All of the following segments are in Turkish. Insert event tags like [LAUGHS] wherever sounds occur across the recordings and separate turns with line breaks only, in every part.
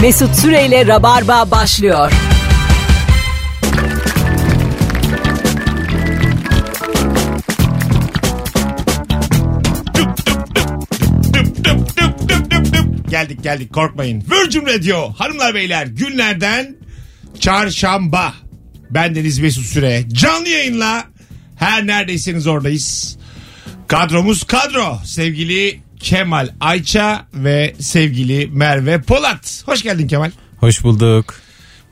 Mesut Süreyle Rabarba başlıyor.
Geldik geldik korkmayın. Virgin Radio hanımlar beyler günlerden çarşamba. Bendeniz Mesut Süre. Canlı yayınla her neredeyseniz oradayız. Kadromuz kadro. Sevgili Kemal Ayça ve sevgili Merve Polat. Hoş geldin Kemal.
Hoş bulduk.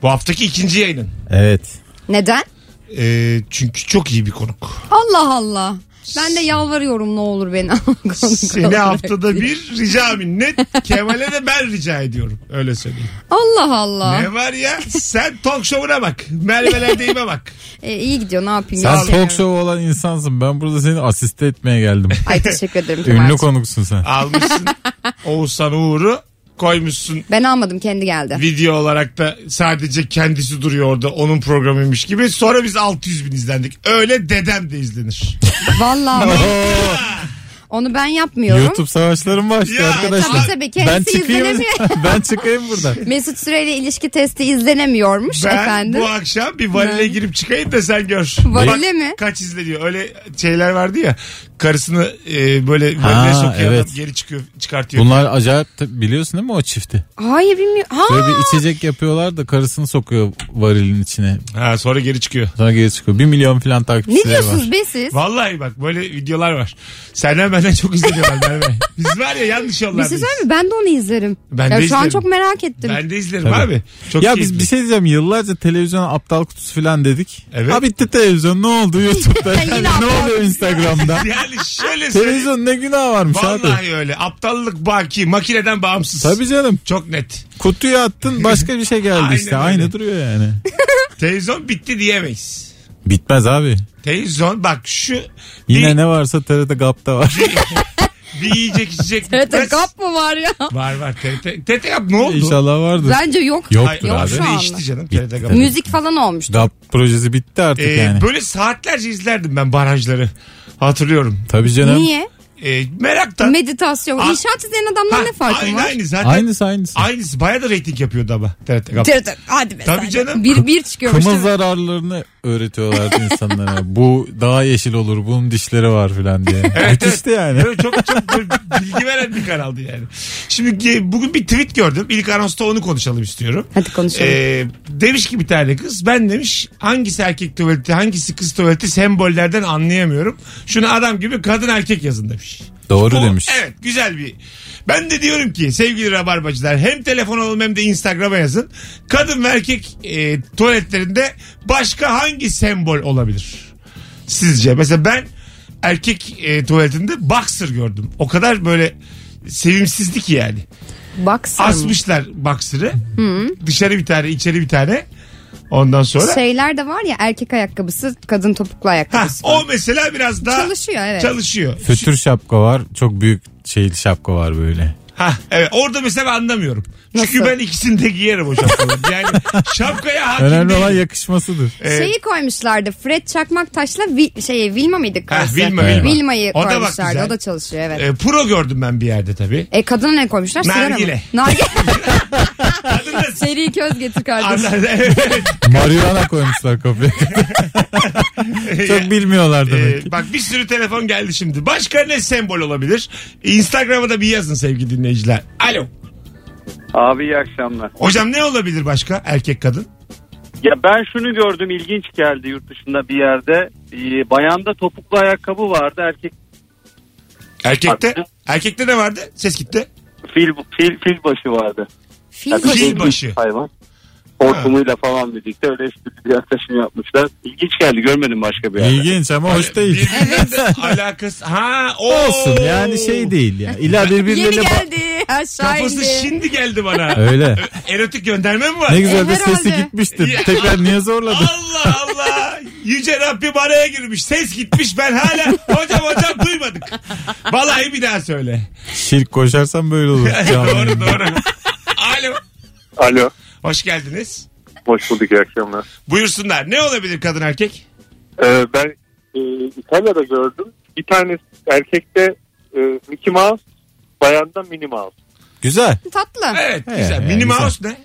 Bu haftaki ikinci yayının.
Evet.
Neden?
Ee, çünkü çok iyi bir konuk.
Allah Allah. Ben de yalvarıyorum ne olur beni [LAUGHS] al konuk
Seni
olarak
haftada
diye.
bir rica minnet. Kemal'e de ben rica ediyorum. Öyle söyleyeyim.
Allah Allah.
Ne var ya? Sen talk show'una bak. Merve'ler deyime bak.
E, iyi gidiyor ne yapayım.
Sen
Yalvarıyorum.
talk show olan insansın. Ben burada seni asiste etmeye
[LAUGHS]
geldim.
Ay teşekkür ederim.
[LAUGHS]
Ünlü
Kemal'cim.
konuksun sen.
Almışsın Oğuzhan Uğur'u koymuşsun
Ben almadım kendi geldi.
video olarak da sadece kendisi duruyor orada onun programıymış gibi. Sonra biz 600 bin izlendik. Öyle dedem de
[LAUGHS]
izlenir. [LAUGHS]
Vallahi
Oo,
onu ben yapmıyorum.
YouTube savaşlarım başladı
Ya,
arkadaşlar.
tabii tabii, kendisi
ben çıkayım.
izlenemiyor.
[LAUGHS] ben çıkayım
[LAUGHS]
buradan.
Mesut Süreyle ilişki testi izlenemiyormuş
Ben
efendim.
bu akşam bir varile
Ben-
girip çıkayım da sen gör.
Varile mi?
Kaç izleniyor. Öyle şeyler vardı ya. Karısını e, böyle varile
Ha,
sokuyor
evet.
adam geri çıkıyor çıkartıyor.
Bunlar acayip tabii biliyorsun değil mi o çifti?
Hayır bilmiyorum. Ha!
Böyle bir içecek yapıyorlar da karısını sokuyor varilin içine.
Ha, sonra geri çıkıyor.
Sonra geri çıkıyor. Bir milyon falan
Ne
takipçileri var.
diyorsunuz be siz?
Vallahi bak böyle videolar var. Senden benden çok
[LAUGHS]
izleniyorlar Merve. Biz var ya yanlış
Bir
yollardayız.
şey söyleyeyim mi? Ben de onu izlerim.
Ben
ya
de
şu
izlerim.
an çok merak ettim.
Ben de izlerim
Tabii.
abi. Çok
ya
keyifli.
biz bir şey diyeceğim yıllarca televizyona aptal kutusu falan dedik.
Evet.
Ha bitti televizyon ne oldu YouTube'da
[LAUGHS] Yine
ne
aptal
oluyor
kutusu. [LAUGHS]
Instagram'da.
Yani şöyle söyleyeyim.
şey- Televizyon ne günah varmış abi.
Vallahi öyle. Aptallık baki. Makineden bağımsız.
Tabii canım.
Çok net.
Kutuyu attın başka bir şey geldi
[LAUGHS] Aynen
işte.
öyle.
Aynı duruyor yani.
Televizyon bitti diyemeyiz.
Bitmez abi.
Televizyon bak şu
Yine
bir,
ne varsa TRT GAP'ta var.
bir yiyecek
[LAUGHS]
içecek. bitmez.
TRT Gap mı var ya?
Var var. TRT, TRT Gap ne oldu?
İnşallah vardır.
Bence yok.
Hayır,
Yoktur
Yok
abi.
şu an.
değişti canım TRT Gap.
Müzik falan olmuş.
GAP projesi bitti artık
Ee,
yani.
Böyle saatlerce izlerdim ben barajları. Hatırlıyorum.
Tabii canım.
Niye?
Ee, [LAUGHS] meraktan.
Meditasyon.
Aa,
İnşaat izleyen adamdan ne farkı
aynı,
var?
Aynı zaten.
Aynısı aynısı.
Aynısı bayağı da reyting yapıyordu ama TRT Gap.
Dur, dur. Hadi be
Tabii
sen de.
canım.
Bir bir çıkıyormuş.
Kımıl
değil mi?
zararlarını öğretiyorlardı insanlara. Bu daha yeşil olur, bunun dişleri var filan diye. evet, Müthişti yani.
Böyle çok çok böyle bilgi veren bir kanaldı yani. Şimdi ki bugün bir tweet gördüm. İlk anonsta onu konuşalım istiyorum.
Hadi konuşalım.
Ee, demiş ki bir tane kız ben demiş hangisi erkek tuvaleti hangisi kız tuvaleti sembollerden anlayamıyorum. Şunu adam gibi kadın erkek yazın demiş.
Doğru
O-
demiş.
Evet güzel bir. Ben de diyorum ki sevgili rabarbacılar hem telefon alalım hem de Instagram'a yazın. Kadın ve erkek e, tuvaletlerinde başka hangi sembol olabilir? Sizce mesela ben erkek e, tuvaletinde boxer gördüm. O kadar böyle sevimsizdi ki yani.
Baksana.
Asmışlar boxer'ı. Dışarı bir tane içeri bir tane. Ondan sonra.
Şeyler de var ya erkek ayakkabısı, kadın topuklu
Ha,
ayakkabısı.
o mesela biraz daha
Çalışıyor, evet.
Çalışıyor.
Fütür şapka var. Çok büyük şey şapka var böyle.
Ha evet orada mesela ben anlamıyorum. Çünkü
Nasıl?
ben ikisini de giyerim o şapkaları.
[LAUGHS]
Yani şapkaya hakim
Önemli
değilim.
olan yakışmasıdır.
Ee,
Şeyi koymuşlardı. Fred Çakmaktaş'la Vi- şey Vilma mıydı karısı?
Vilma,
Vilma.
Vilma'yı
O da bak
koymuşlardı.
güzel.
O da çalışıyor evet.
e, pro gördüm ben bir yerde tabii.
E kadına ne koymuşlar? Sigara mı?
Nargile.
Nargile. [LAUGHS]
Kadın da s-
Seri köz getir kardeşim.
Anla- Evet.
Marihuana
[LAUGHS]
koymuşlar kapıya. Çok bilmiyorlar demek ki.
Ee, bak bir sürü telefon geldi şimdi. Başka ne sembol olabilir? Instagram'a da bir yazın sevgili dinleyiciler. Alo.
Abi iyi akşamlar.
Hocam ne olabilir başka erkek kadın?
Ya ben şunu gördüm ilginç geldi yurt dışında bir yerde. Ee, bayanda topuklu ayakkabı vardı. Erkek
Erkekte erkekte ne vardı? Ses gitti.
fil fil fil başı vardı.
Fil
Yani
Fil
fil
başı.
Hayvan. Hortumuyla falan birlikte öyle eşitli bir yaklaşım yapmışlar. İlginç geldi görmedim başka bir yerde.
İlginç ama hoş değil.
Birbirinden
[LAUGHS]
de alakası. Ha, o.
Olsun yani şey değil ya. İlla
Yeni
birbirlerine... ba-
geldi. Aşağı
Kafası
indi.
şimdi geldi bana.
Öyle.
Ö- Erotik gönderme mi var?
Ne güzel de
E, herhalde.
sesi gitmişti.
Ya.
Tekrar niye zorladın?
Allah Allah. Yüce Rabbim araya girmiş. Ses gitmiş. Ben hala hocam hocam duymadık. Vallahi bir daha söyle.
Şirk koşarsan böyle olur.
[LAUGHS] doğru doğru. Alo.
Alo.
Hoş geldiniz.
Hoş bulduk iyi akşamlar.
Buyursunlar. Ne olabilir kadın erkek?
Ee, ben e, İtalya'da gördüm. Bir tanesi erkekte e, Mickey Mouse, bayanda Minnie Mouse.
Güzel.
Tatlı.
Evet
He,
güzel.
he,
Mini
güzel.
Mouse ne?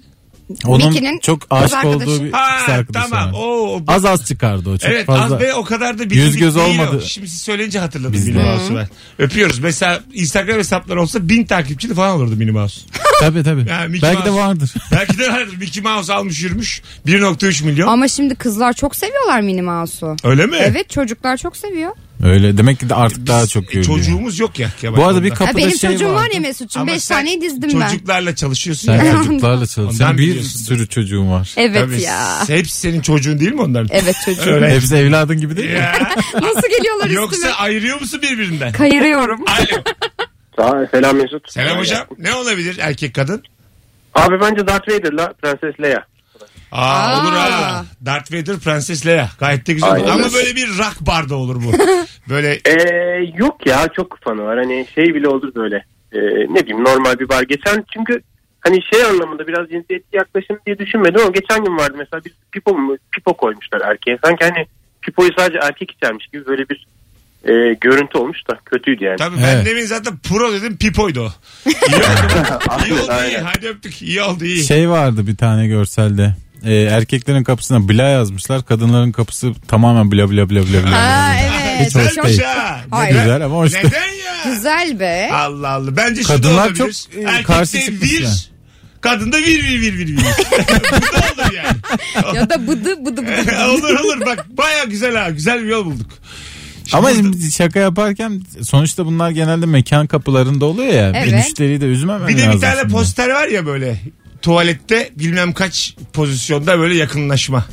Onun
Mickey'nin
çok
kız
aşık
arkadaşı.
olduğu bir kız
Ha
arkadaşı
tamam.
var.
Oo,
Az az çıkardı o çok
evet
fazla.
az ve o kadar da
Yüz göz
değil o.
olmadı.
Şimdi siz söyleyince hatırladım
Biz
Mini
de.
Mouse'u ben. Öpüyoruz. Mesela Instagram hesapları olsa bin takipçili falan olurdu Mini Mouse.
Tabii tabii.
Ha, Mickey
Belki de
Mouse.
vardır.
Belki de vardır. Mickey Mouse almış yürümüş. 1.3 milyon.
Ama şimdi kızlar çok seviyorlar Minnie Mouse'u.
Öyle mi?
Evet çocuklar çok seviyor.
Öyle demek ki de artık
Biz-
daha çok görülüyor.
Çocuğumuz yok ya. Kemal
Bu arada bir
ondan.
kapıda
Ha, benim
şey
çocuğum var
vardı.
ya Mesut'cum.
Ama
Beş
sen
taneyi dizdim ben.
Çocuklarla çalışıyorsun ya.
Sen
Ondan-
çocuklarla çalış. Sen
Ondan
bir
biliyorsun.
sürü çocuğun var.
Evet
Tabii,
ya.
Hepsi senin çocuğun değil mi onların?
Evet çocuğum.
Öyle.
Hepsi evladın gibi değil mi?
Ya,
[LAUGHS] Nasıl geliyorlar üstüme?
Yoksa ayırıyor musun birbirinden?
Kayırıyorum.
Alo.
Aa, selam Mesut.
Selam hocam. Ne olabilir erkek kadın?
Abi bence Darth Vader'la Prenses Leia.
Aa,
Aa.
olur ha. Darth Vader, Prenses Leia. Gayet de güzel olur.
Aynen.
Ama böyle bir rock barda olur
[LAUGHS]
bu. böyle
Ee, yok ya çok fanı var. Hani şey bile olur böyle. Ee, ne bileyim normal bir bar. Geçen çünkü hani şey anlamında biraz cinsiyetçi yaklaşım diye düşünmedim ama geçen gün vardı mesela bir pipo, mu- pipo koymuşlar erkeğe. Sanki hani pipoyu sadece erkek içermiş gibi böyle bir e, görüntü olmuş da kötüydü yani.
Tabii ben
Evet.
demin zaten pro dedim pipoydu o.
[LAUGHS]
İyi oldu. iyi oldu iyi.
Aynen.
Hadi öptük. İyi oldu iyi.
Şey vardı bir tane görselde. Ee, erkeklerin kapısına bla yazmışlar. Kadınların kapısı tamamen bla bla bla bla bla.
Ha evet.
Hiç hoş
Çok
Güzelmiş
değil.
ha.
Hayır.
Şey, Güzel ama hoş.
Neden ya?
güzel be.
Allah Allah. Bence şu
Kadınlar
da olabilir.
çok, e,
Erkekte
karşı
vir.
çıkmışlar.
Kadında vir vir vir vir vir. [LAUGHS] Bu da olur yani. [LAUGHS]
ya da bıdı bıdı bıdı.
olur olur bak baya güzel ha. Güzel bir yol bulduk. Şimdi
Ama
burada-
şimdi şaka yaparken sonuçta bunlar genelde mekan kapılarında oluyor ya. Bir
Evet.
müşteriyi de üzmemem
bir de bir
lazım.
tane
şimdi.
poster var ya böyle tuvalette bilmem kaç pozisyonda böyle yakınlaşma.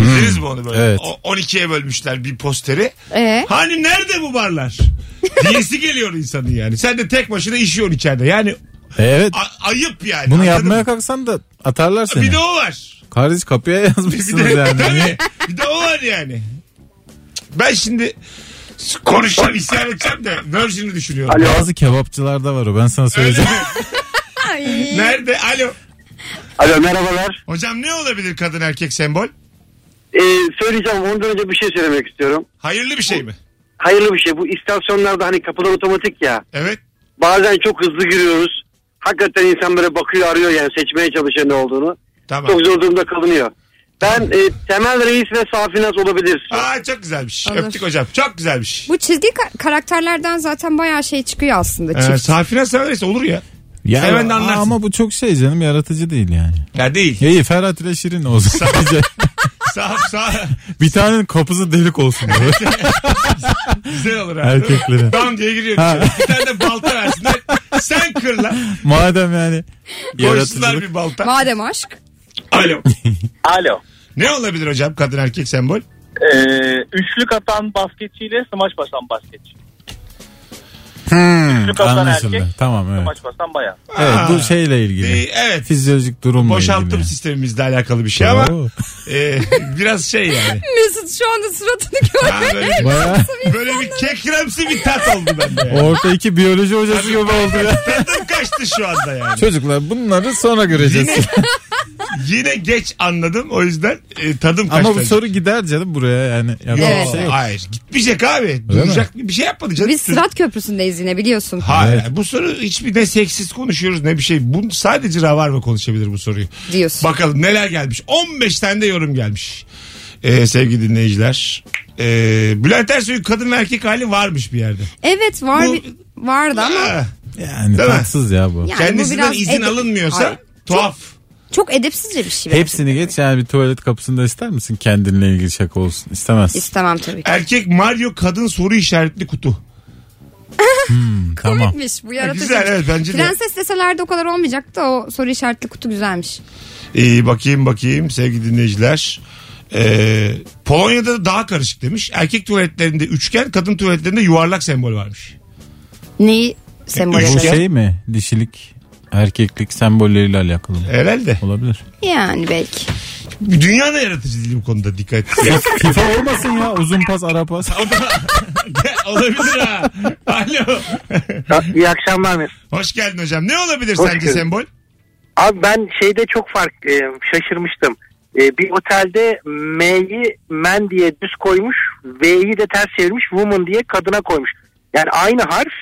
İzlediniz mi onu böyle?
Hmm, Evet.
O- 12'ye bölmüşler bir posteri.
Ee?
Hani nerede bu barlar? [LAUGHS] Diyesi geliyor insanın yani. Sen de tek başına işiyorsun içeride. Yani
E, evet.
a- ayıp yani.
Bunu
Anladın
yapmaya
mı?
kalksan da atarlar seni.
Bir de o var.
Kardeş kapıya
Bir
yazmışsınız
de,
yani.
[LAUGHS] tabii, bir de o var yani. Ben şimdi konuşacağım isyan edeceğim de Virgin'i düşünüyorum.
Alo.
Bazı kebapçılarda var o ben sana
Öyle mi?
söyleyeceğim.
Ay.
Nerede? Alo.
Alo merhabalar.
Hocam ne olabilir kadın erkek sembol?
söyleyeceğim ondan önce bir şey söylemek istiyorum.
Hayırlı bir şey mi?
Hayırlı bir şey bu istasyonlarda hani kapılar otomatik ya.
Evet.
Bazen çok hızlı giriyoruz. Hakikaten insan böyle bakıyor arıyor yani seçmeye çalışıyor şey ne olduğunu.
Tamam.
Çok zor durumda kalınıyor. Ben e, temel reis ve safinaz olabilir.
Aa çok güzelmiş.
Olur.
Öptük hocam. Çok güzelmiş.
Bu çizgi ka- karakterlerden zaten bayağı şey çıkıyor aslında.
Ee,
çift.
Safira severse olur ya.
Ya
Seven de anlarsın.
ama bu çok şey canım yaratıcı değil yani.
Ya değil.
Ya iyi Ferhat ile Şirin olsun. Bence
sağ sağ
[LAUGHS] bir tanenin kapısı delik olsun.
[LAUGHS]
diyor.
güzel olur ha.
Erkeklere.
Dam diye giriyor.
Ha.
içeri. Bir tane de balta versinler. Sen kırla.
Madem yani
Koysunlar
yaratıcılık.
bir balta.
Madem aşk.
Alo.
Alo.
Ne olabilir hocam kadın erkek sembol?
Ee, üçlük atan basketçiyle smaç basan basketçi. Üçlük atan
Hmm, Anlaşıldı.
erkek,
tamam evet.
smaç basan bayan.
Evet
Aa.
bu şeyle
Ee,
ilgili.
evet.
Fizyolojik durumla
Boşaltım
ilgili.
sistemimizle alakalı bir şey ama
Oo.
e, biraz şey yani.
Mesut şu anda suratını
Ha,
görmüyor.
böyle,
Baya
böyle bir kekremsi bir tat oldu bende. ya.
orta iki biyoloji hocası gibi oldu ya.
Tadım kaçtı şu anda yani.
Çocuklar bunları sonra göreceğiz.
Yine, yine geç anladım o yüzden e, tadım kaçtı.
Ama bu soru gider canım buraya yani. Yapacak
Yok,
bir şey yok.
Hayır gitmeyecek abi. Duracak bir şey yapmadı canım.
Biz sırat köprüsündeyiz yine biliyorsun.
Hayır.
Evet.
Bu soru hiçbir ne seksiz konuşuyoruz ne bir şey. Bu, sadece Ravarva konuşabilir bu soruyu.
Diyorsun.
Bakalım neler gelmiş. 15 tane de yorum gelmiş. Ee, sevgili dinleyiciler. Ee, Bülent Ersoy'un kadın ve erkek hali varmış bir yerde.
Evet var
Bu-
bir- vardı ama
Ha,
Yani
Değil mi?
tatsız ya bu.
Yani bu
kendisinden
biraz
izin
ede-
alınmıyorsa
Ay,
tuhaf.
çok edepsizce bir şey.
Hepsini geç yani bir tuvalet kapısında ister misin kendinle ilgili şaka olsun? İstemezsin.
İstemem tabii ki.
Erkek Mario kadın soru işaretli kutu.
Tamam.
Komikmiş bu
Ya
yaratıcı.
güzel evet bence de.
Prenses deselerdi o kadar olmayacaktı o soru işaretli kutu güzelmiş.
Ee, bakayım bakayım sevgili dinleyiciler. Ee, Polonya'da da daha karışık demiş. Erkek tuvaletlerinde üçgen, kadın tuvaletlerinde yuvarlak sembol varmış.
Neyi sembol
Bu
ediyor?
şey mi? Dişilik, erkeklik sembolleriyle alakalı mı?
Herhalde.
Olabilir.
şey-
Yani belki.
Dünya da yaratıcı değil bu konuda dikkat et. [LAUGHS]
FIFA olmasın ya uzun pas ara pas.
Olabilir ha. Alo.
İyi akşamlar Mesut.
Hoş geldin hocam. Ne olabilir
Hoş
sence
bulduk.
sembol?
Abi ben şeyde çok fark e, şaşırmıştım. E, bir otelde M'yi men diye düz koymuş. V'yi de ters çevirmiş. Woman diye kadına koymuş. Yani aynı harf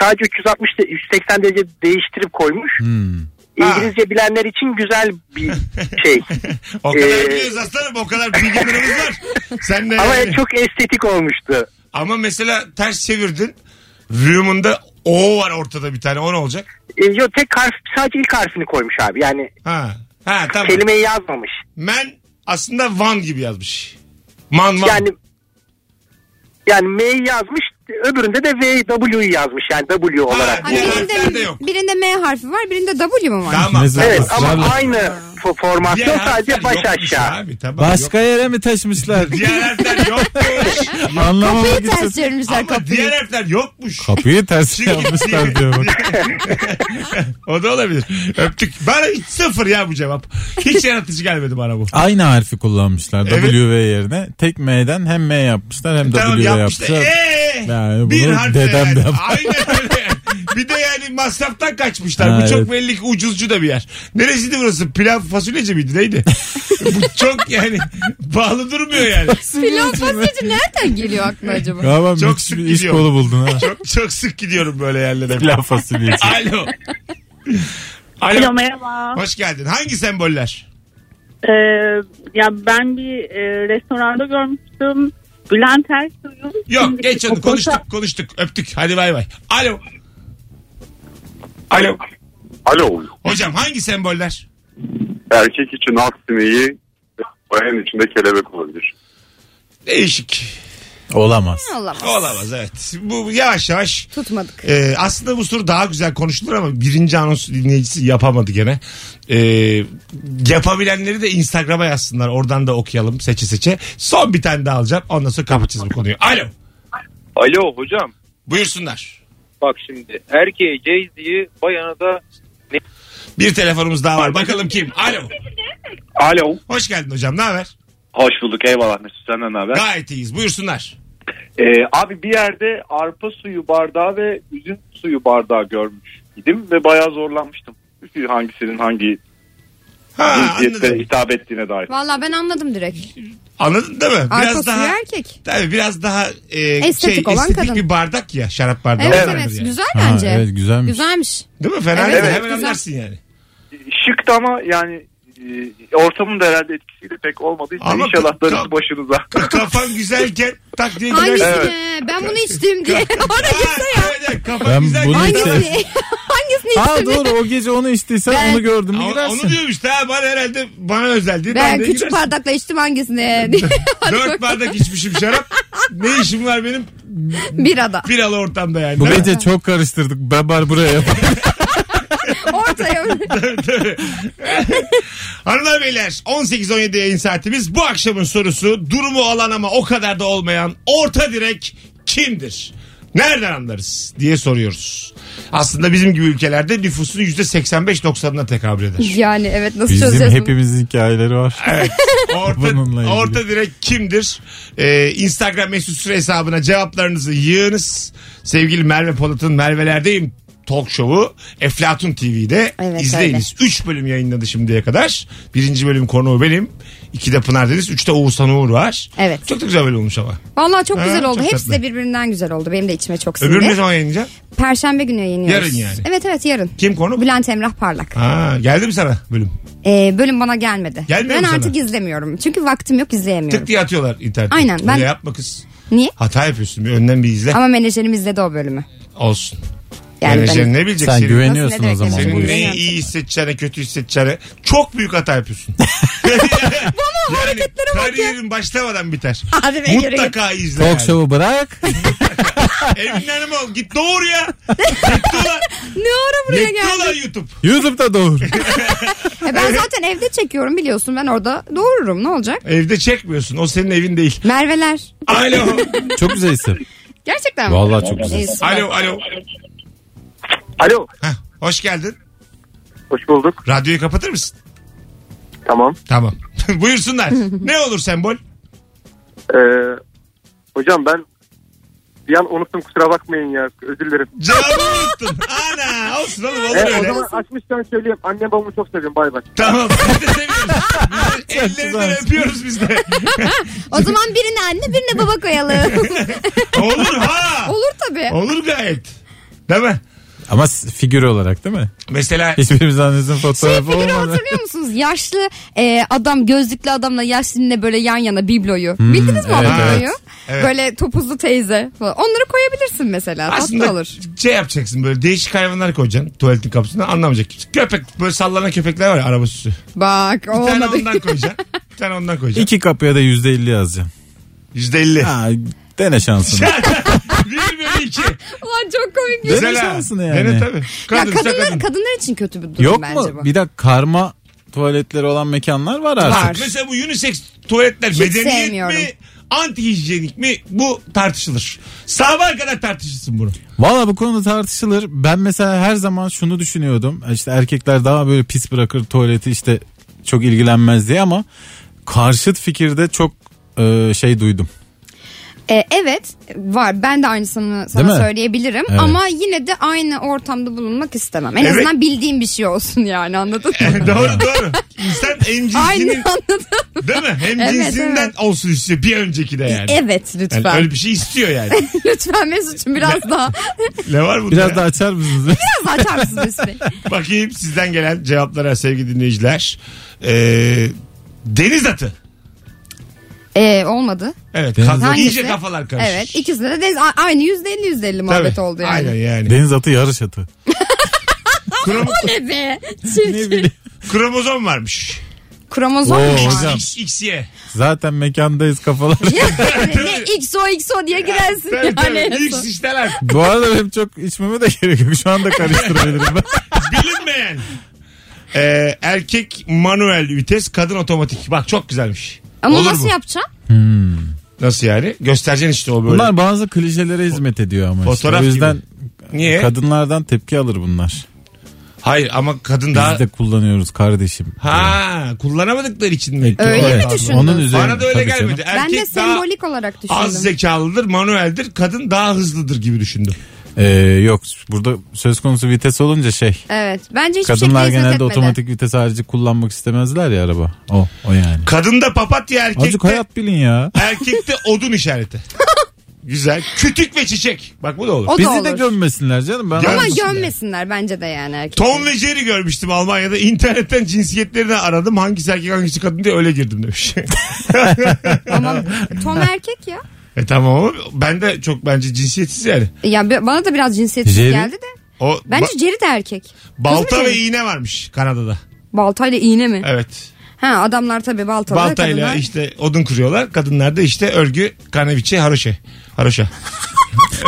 sadece 360 de- 180 derece değiştirip koymuş.
Hmm.
İngilizce bilenler için güzel
[LAUGHS]
bir şey.
[LAUGHS] O kadar
Ee,
biliyoruz aslanım o kadar bilgi numaramız var. Sen de
Ama
yani-
çok estetik olmuştu.
Ama mesela ters çevirdin. Room'unda O var ortada bir tane. O ne olacak?
Ee, Yo tek harf sadece ilk harfini koymuş abi. Yani
Ha. Ha tamam.
kelimeyi yazmamış.
Men aslında Van gibi yazmış. Man man.
Yani yani M'yi yazmış, öbüründe de V W'yu yazmış yani W olarak.
Hani
Bu harfler de
birinde,
yok.
birinde M harfi var birinde W mu var?
Tamam.
Mesela-
Evet ama
Israrla.
aynı fo-
Diğer
formatta sadece
harfler
baş
yokmuş
aşağı.
Abi, tamam, yok.
Başka yere
[LAUGHS]
mi taşmışlar?
Diğer harfler yokmuş.
Anlamamak
Kapıyı
için.
ters çevirmişler
Ama
kapıyı.
diğer harfler yokmuş.
Kapıyı ters
Çünkü-
yapmışlar diyor bak.
[LAUGHS] o da olabilir. Öptük. Bana hiç sıfır ya bu cevap. Hiç yaratıcı gelmedi bana bu.
Aynı harfi kullanmışlar
Evet.
W yerine. Tek M'den hem M yapmışlar hem
Tamam
W
yapmışlar.
yapmışlar.
Ee,
Yani
bir
bunu
harf
dedem
yani.
de yapar.
Aynen öyle. Bir de yani masraftan kaçmışlar.
Ha,
Bu çok
evet.
belli ki ucuzcu da bir yer. Neresiydi burası? Pilav fasulyeci miydi neydi? Bu çok yani bağlı durmuyor yani.
Pilot basıncı nereden geliyor aklına acaba?
Galiba
Çok
çok
sık
bir iş
gidiyor.
kolu buldun ha. [LAUGHS]
Çok çok sık gidiyorum böyle yerlere.
Pilav fasulyesi.
Alo.
Alo
Alo.
merhaba.
Hoş geldin. Hangi semboller?
Ee, ya ben bir e, restoranda görmüştüm. Bülent Ersoy'un.
Yok
Şimdi
geç
o
onu
koşa-
konuştuk konuştuk öptük hadi bay bay. Alo. Alo.
Alo.
Hocam hangi semboller?
Erkek için aksimeyi bayan içinde kelebek olabilir.
Değişik.
Olamaz.
Olamaz.
Olamaz evet. Bu yavaş yavaş
Tutmadık.
Ee, aslında bu soru daha güzel konuşulur ama birinci anons dinleyicisi yapamadı gene. Ee, yapabilenleri de Instagram'a yazsınlar. Oradan da okuyalım seçe seçe. Son bir tane daha alacağım. Ondan sonra kapatacağız bu konuyu. Alo.
Alo hocam.
Buyursunlar.
Bak şimdi erkeğe Jay-Z'yi bayana da
Bir telefonumuz daha var. Bakalım kim? Alo.
Alo.
Hoş geldin hocam. Ne haber?
Hoş bulduk eyvallah Mesut senden ne haber?
Gayet iyiyiz. Buyursunlar.
Ee, abi bir yerde arpa suyu bardağı ve üzüm suyu bardağı görmüş idim ve bayağı zorlanmıştım. Hangisinin hangi
Ha,
cinsiyette
anladım.
hitap ettiğine dair.
Valla ben anladım direkt.
Anladın değil mi?
Arpa
Biraz
suyu
daha
erkek.
tabii biraz daha e,
Estetik
şey,
olan
estetik
kadın.
bir bardak ya şarap bardağı.
Evet
Olabilir
evet,
yani.
güzel
Ha,
bence.
evet güzelmiş.
Güzelmiş.
Değil mi? Fena
Evet,
değil.
evet,
Hemen
güzel.
anlarsın yani.
Şıktı ama yani e, ortamın da herhalde etkisiyle pek olmadıysa
Ama
inşallah
kal-
darısı başınıza.
Kafan güzelken tak diye
Hangisi
gidersin.
ne? Ben bunu içtim
[LAUGHS]
diye. [LAUGHS] Ona gitse
Ha,
ya.
evet, evet, Kafan
Ben
güzel.
bunu
gidersin.
içerim.
Hangisini? [LAUGHS] Hangisini
Aa
içtim diye.
doğru o gece onu içtiysen
Ben-
onu gördüm
Ama
gidersin.
Onu diyormuş da bana herhalde bana özel diye.
Ben
de
küçük
girersin.
bardakla içtim hangisini? [LAUGHS] Hadi
Dört
bak-
bardak içmişim
[LAUGHS]
şarap. Ne işim var benim
Birada.
biralı ortamda yani.
Bu
Değil mi?
gece çok karıştırdık. Babar buraya yapar.
Ortaya.
Hanımlar beyler 18-17 yayın saatimiz. Bu akşamın sorusu durumu olan ama o kadar da olmayan orta direk kimdir? Nereden anlarız diye soruyoruz. Aslında bizim gibi ülkelerde nüfusun %85-90'ına tekabül eder.
yani evet nasıl
Bizim
çözeceğiz bunu?
hepimizin hikayeleri var.
Evet. Orta,
Bununla ilgili.
orta direkt kimdir? Ee, Instagram mesut süre hesabına cevaplarınızı yığınız. Sevgili Merve Polat'ın Merve'lerdeyim talk show'u Eflatun TV'de
Evet,
izleyiniz. 3 bölüm yayınladı şimdiye kadar. Birinci bölüm konuğu benim. 2'de Pınar Deniz, 3'te Oğuzhan Uğur var.
Evet.
Çok da güzel bölüm olmuş ama.
Valla çok
Ha,
güzel oldu.
çok
Hepsi
tatlı.
de birbirinden güzel oldu. Benim de içime çok sindi.
Öbürü ne zaman yayınlayacak?
Perşembe günü yayınlıyoruz.
Yarın yani.
Evet evet yarın.
Kim konu?
Bülent Emrah Parlak.
Aa, geldi mi sana bölüm?
Ee, bölüm bana gelmedi.
Gelmiyor
ben
mu sana?
artık izlemiyorum. Çünkü vaktim yok izleyemiyorum.
Tık diye atıyorlar internete.
Aynen, ben-
Öyle yapma kız.
Niye?
Hata yapıyorsun. Bir önden bir izle.
Ama menajerim izledi o bölümü.
Olsun.
Yani
Menajerin
[LAUGHS] ben-
ne bilecek
Sen
senin?
güveniyorsun o
demek
zaman
yani?
bu
Senin
işe.
ne
Güveniyorum.
iyi hissedeceğine kötü hissedeceğine çok büyük hata yapıyorsun. [LAUGHS] Bana hareketlere bak Kariyerin başlamadan biter.
Hadi be, yürü git.
Mutlaka izle.
Talk
yani.
show'u bırak.
Evin hanımı ol. Git doğur ya. Yıktılar.
Ne ara buraya
Yıktılar
geldi?
YouTube.
[LAUGHS] YouTube'da doğur.
E ben zaten evde çekiyorum biliyorsun. Ben orada doğururum. Ne olacak?
Evde çekmiyorsun. O senin evin değil.
Merveler.
Alo.
çok güzel isim.
Gerçekten mi?
Vallahi çok güzel.
İyi, süper.
alo. Alo.
Alo.
Heh, hoş geldin.
Hoş bulduk.
Radyoyu kapatır mısın?
Tamam.
[LAUGHS] Tamam. [LAUGHS] Buyursunlar. ne olur sembol?
Ee, hocam ben bir an unuttum kusura bakmayın ya. Özür dilerim.
Cevabı unuttun. Ana olsun oğlum olur
Ee, o
öyle.
zaman açmışken söyleyeyim. Annem babamı çok seviyorum. Bay bay.
[LAUGHS] Tamam. Biz de seviyoruz. Biz de Ellerinden
güzelmiş.
öpüyoruz biz de.
O zaman
[LAUGHS]
birine anne birine baba koyalım.
Olur ha.
Olur tabii.
Olur gayet. Değil mi?
Ama s- figür olarak değil mi?
Mesela
Hiçbirimiz annesinin
Şey
fotoğrafı
figürü
olmadı.
hatırlıyor musunuz? Yaşlı e, adam gözlüklü adamla yaşlınla böyle yan yana bibloyu. Bildiniz mi o
evet,
bibloyu?
evet.
Hmm, Evet.
Böyle topuzlu teyze falan. Onları koyabilirsin mesela.
aslında
Tatlı olur.
şey yapacaksın böyle değişik hayvanlar koyacaksın tuvaletin kapısına anlamayacak kimse. Köpek böyle sallanan köpekler var ya araba süsü.
Bak
Bir tane
olmadı.
ondan koyacaksın. Bir tane ondan koyacaksın.
İki kapıya da yüzde elli [LAUGHS] yazacağım.
Yüzde elli. [LAUGHS]
Ha, dene şansını.
Bir bölü iki.
[LAUGHS] Ulan çok komik.
Dene
Ya
Güzel ha.
şansını yani.
Dene tabii.
kadınlar,
Kadınsa kadın.
kadınlar için kötü bir durum
[LAUGHS] Yok
bence
mu?
bu.
Bir dakika karma tuvaletleri olan mekanlar var artık.
Bak mesela bu unisex tuvaletler medeniyet
sevmiyorum.
mi? Anti hijyenik mi? Bu tartışılır. Sabaha kadar tartışırsın bunu.
Valla bu konuda tartışılır. Ben mesela her zaman şunu düşünüyordum. İşte erkekler daha böyle pis bırakır tuvaleti işte çok ilgilenmez diye ama karşıt fikirde çok e, şey duydum.
E, evet var. Ben de aynısını
Değil
sana
mi?
söyleyebilirim.
Evet.
Ama yine de aynı ortamda bulunmak istemem. En
Evet.
azından bildiğim bir şey olsun
[LAUGHS]
yani anladın mı?
doğru doğru. İnsan
Aynı
hemcinsinin
anladın mı?
değil mi? Hem
Evet,
cinsinden
evet.
olsun istiyor bir önceki de yani.
Evet lütfen.
Yani öyle bir şey istiyor
[LAUGHS]
yani.
Lütfen Mesut'cum biraz daha.
ne var bunda?
Biraz
ya?
da açar mısınız? [LAUGHS]
biraz açar mısın Mesut Bey?
Bakayım sizden gelen cevaplara sevgili dinleyiciler. Ee, deniz atı.
E, olmadı.
Evet.
Deniz
Kafa,
atı.
iyice kafalar karışır.
Evet ikisinde de deniz, a- aynı yüzde elli yüzde elli
Tabii.
muhabbet oldu yani.
Aynen yani.
Deniz atı yarış atı.
Krom-
Ne be? Çirkin.
kromozom varmış.
Kromozom mu
Oo,
var? [LAUGHS]
hocam.
X, XY.
Zaten mekandayız kafalar.
Yani ne XO XO diye girersin
Tabii, tabii.
yani. en
X
son.
işteler.
Bu arada benim çok içmeme de gerek yok. Şu anda karıştırabilirim ben.
Bilinmeyen. Ee, erkek manuel vites, kadın otomatik. Bak çok güzelmiş.
Ama
Olur
nasıl
mu?
yapacaksın?
Nasıl yani? Göstereceksin işte o böyle.
[LAUGHS] Bunlar bazı klişelere hizmet ediyor ama. işte.
Fotoğraf
O yüzden E?
Niye?
kadınlardan tepki alır bunlar.
Hayır ama kadın
Biz
daha...
de kullanıyoruz kardeşim.
Ha kullanamadıkları için mi?
Öyle mi
Evet,
düşündün?
Onun üzerine.
Bana da öyle
Tabii canım.
gelmedi.
Ben
Erkek
de sembolik olarak
daha
düşündüm.
az zekalıdır, manueldir. Kadın daha hızlıdır gibi düşündüm.
Ee, yok burada söz konusu vites olunca şey.
Evet. Bence hiçbir
kadınlar
şekilde
genelde
hizmet etmedi.
otomatik vites harici kullanmak istemezler ya araba. O, o yani.
Kadında papatya
Azıcık
erkekte,
hayat bilin ya. [LAUGHS]
erkekte odun işareti. Güzel. Kütük ve çiçek. Bak bu da olur.
O da
Bizi
olur.
de gömmesinler canım. Ben
Ama
Görmesinler.
gömmesinler bence de yani erkekleri.
Tom ve Jerry görmüştüm Almanya'da. İnternetten cinsiyetlerini aradım. Hangisi erkek hangisi kadın diye öyle girdim
[LAUGHS]
demiş.
Ama
[LAUGHS]
Tom erkek ya.
e tamam ama ben de çok bence cinsiyetsiz yani.
Ya bi- bana da biraz cinsiyetsiz
Jerry?
geldi de.
O
Bence
ba-
Jerry de erkek.
balta
Kız mı
ve
Jerry?
iğne varmış Kanada'da.
Baltayla iğne mi?
Evet.
Ha adamlar tabii baltalı.
Baltayla
kadınlar-
işte odun kuruyorlar. Kadınlar da işte örgü, kaneviçe, haroşe.
[LAUGHS]
Haroşa.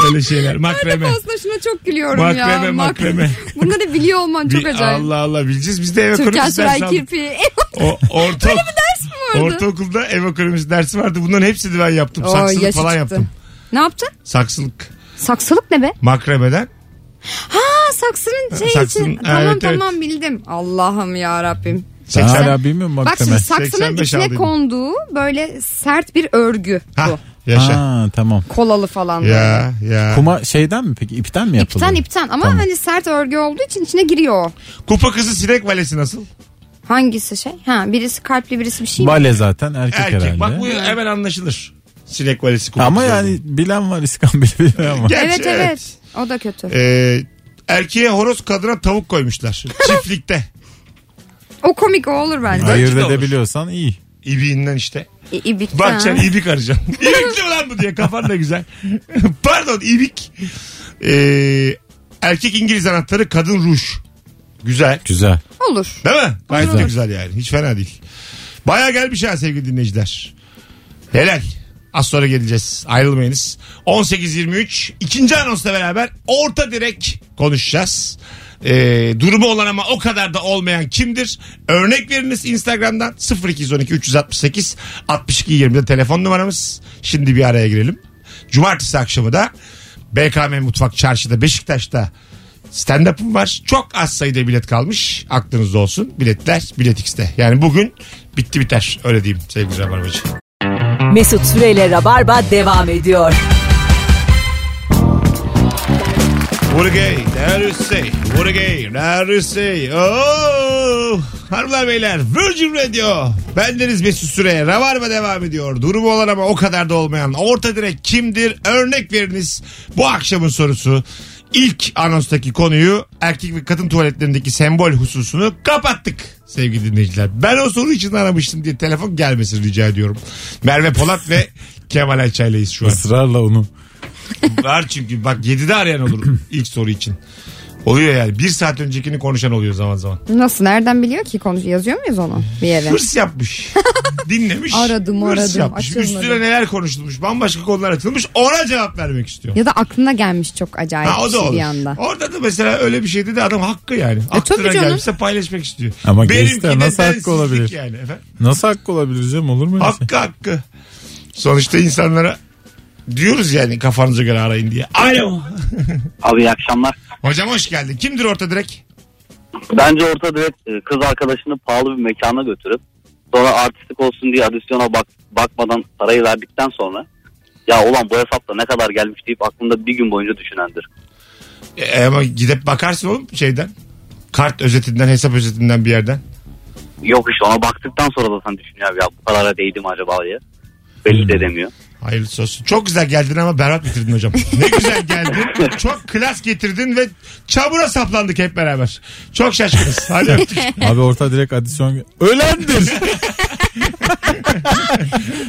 öyle şeyler. Makreme.
Aslında şuna çok gülüyorum ya.
Makreme,
Mak- [LAUGHS]
makreme.
Bunları biliyor olman çok
Bi-
acayip.
Allah Allah bileceğiz. Biz de ev
Türkan
ekonomisi
Süray
dersi aldık.
[LAUGHS] Kirpi.
O, orta,
Ders mi vardı?
ortaokulda ev ekonomisi dersi vardı. Bunların hepsini ben yaptım.
Oo,
Saksılık
yaşı
falan
çıktı.
yaptım.
Ne yaptın?
Saksılık.
Saksılık ne be?
Makremeden.
Ha saksının şey
saksının-
için. Tamam
evet, evet.
tamam bildim. Allah'ım ya Rabbim.
ben
80.
hala bilmiyorum
Bak şimdi
makreme.
saksının
85
içine
aldıydım.
konduğu böyle sert bir örgü
Ha,
bu.
yaşa.
Ha, tamam.
Kolalı falan. böyle.
Ya ya.
Kuma şeyden mi peki? İpten mi yapılıyor?
İpten ipten ama
Tamam.
hani sert örgü olduğu için içine giriyor o.
Kupa kızı sinek valesi nasıl?
Hangisi şey? Ha birisi kalpli birisi bir şey. mi?
Vale zaten erkek,
Erkek.
herhalde.
Bak bu hemen anlaşılır. Sinek valesi kupa
ama
kızı
yani
olduğunu.
bilen var iskambil bilmiyor ama.
Gerçi
evet evet. O da kötü.
Ee, erkeğe horoz kadına tavuk koymuşlar. Çiftlikte.
O komik o olur bence.
Hayır.
Ayırt
de olur.
edebiliyorsan iyi.
İbiğinden işte.
İ- İbik.
Bakacaksın
Ha.
ibik arayacaksın. İbikli ulan bu diye kafan da güzel. [LAUGHS] Pardon ibik. Ee, erkek İngiliz anahtarı kadın ruj. Güzel.
Güzel.
Olur.
Değil mi? Gayet de
Güzel.
güzel yani. Hiç fena değil. Baya gelmiş ha sevgili dinleyiciler. Helal. Az sonra geleceğiz. Ayrılmayınız. 18.23 ikinci anonsla beraber orta direk konuşacağız. Ee, durumu olan ama o kadar da olmayan kimdir? Örnek veriniz Instagram'dan 0212 368 62 20'de telefon numaramız. Şimdi bir araya girelim. Cumartesi akşamı da BKM Mutfak Çarşı'da Beşiktaş'ta Stand-up'ım var. Çok az sayıda bilet kalmış. Aklınızda olsun. Biletler Bilet X'te. Yani bugün bitti biter. Öyle diyeyim sevgili Rabarbacı.
Mesut Süreyle Rabarba devam ediyor.
Burgay, neredeyse. Burgay, neredeyse. Oo! Oh! Hanımlar beyler, Virgin Radio. Bendeniz Mesut Süre. Rabarba devam ediyor. Durumu olan ama o kadar da olmayan. Orta direk kimdir? Örnek veriniz. Bu akşamın sorusu. ilk anonstaki konuyu erkek ve kadın tuvaletlerindeki sembol hususunu kapattık sevgili dinleyiciler. Ben o soru için aramıştım diye telefon gelmesin rica ediyorum. Merve Polat ve [LAUGHS] Kemal Ayça'yleyiz şu an.
Israrla onu.
Var çünkü bak 7'de arayan olur
[CLEARS THROAT]
ilk soru için. Oluyor yani. Bir saat öncekini konuşan oluyor zaman zaman.
Nasıl nereden biliyor ki konuş yazıyor muyuz onu bir yere?
Hırs
[LAUGHS]
yapmış. Dinlemiş.
Aradım,
hırs
aradım,
yapmış.
açılmadı.
Üstüne neler konuşulmuş. Bambaşka konular atılmış. Ona cevap vermek istiyor.
Ya da aklına gelmiş çok acayip
Ha, o
bir
da
şey
olur.
bir anda.
Orada da mesela öyle bir şeydi de adam hakkı yani. Aklına
E, tabii canım.
gelmişse paylaşmak istiyor.
Ama
Benimki
gençler
de
nasıl hakkı
densizlik
olabilir?
Yani, efendim.
Nasıl hakkı olabilir canım olur mu? öyle şey?
Hakkı hakkı. Sonuçta insanlara diyoruz yani kafanıza göre arayın diye. Alo.
Abi iyi akşamlar.
Hocam hoş geldin. Kimdir orta direkt?
Bence orta direkt e, kız arkadaşını pahalı bir mekana götürüp sonra artistik olsun diye adisyona bak, bakmadan parayı verdikten sonra ya ulan bu hesapta ne kadar gelmiş deyip aklında bir gün boyunca düşünendir.
E, ama gidip bakarsın oğlum şeyden. Kart özetinden, hesap özetinden bir yerden.
Yok işte ona baktıktan sonra zaten düşünüyor abi ya bu kadara değdi mi acaba diye. Belli de demiyor.
Hayırlısı olsun. Çok güzel geldin ama berbat bitirdin hocam. Ne güzel geldin. Çok klas getirdin ve çamura saplandık hep beraber. Çok şaşkınız. Hadi öptük.
şey? Abi orta direkt adisyon.
[LAUGHS]
Ölendir.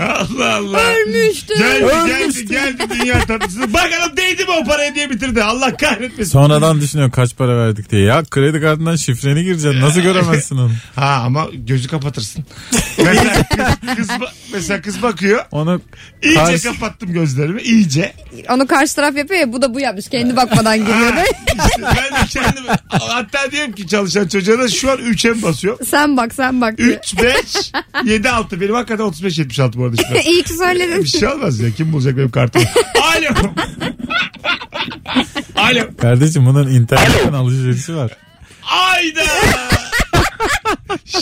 Allah Allah.
Ölmüştür.
Geldi geldi
Ölmüştür.
geldi dünya tatlısı. Bakalım değdi mi o paraya diye bitirdi. Allah kahretmesin.
Sonradan düşünüyor kaç para verdik diye. Ya kredi kartından şifreni gireceksin. Nasıl göremezsin onu?
Ha ama gözü kapatırsın. mesela, kız, kız ba- mesela kız bakıyor.
Onu
İyice
Karşı-
kapattım gözlerimi. iyice.
Onu karşı taraf yapıyor ya bu da bu yapmış kendi bakmadan giriyor. [LAUGHS] da.
İşte ben de kendimi hatta diyorum ki çalışan çocuğa da şu an 3'e mi basıyor?
sen bak sen bak diyor.
3, 5, 7, 6. Benim hakikaten 35, 76 bu arada. şu an.
[LAUGHS] İyi ki
Bir
söyledin.
şey olmaz ya. Kim bulacak benim kartımı? Alo. Alo.
Kardeşim bunun internetten alışverişi var.
Ayda.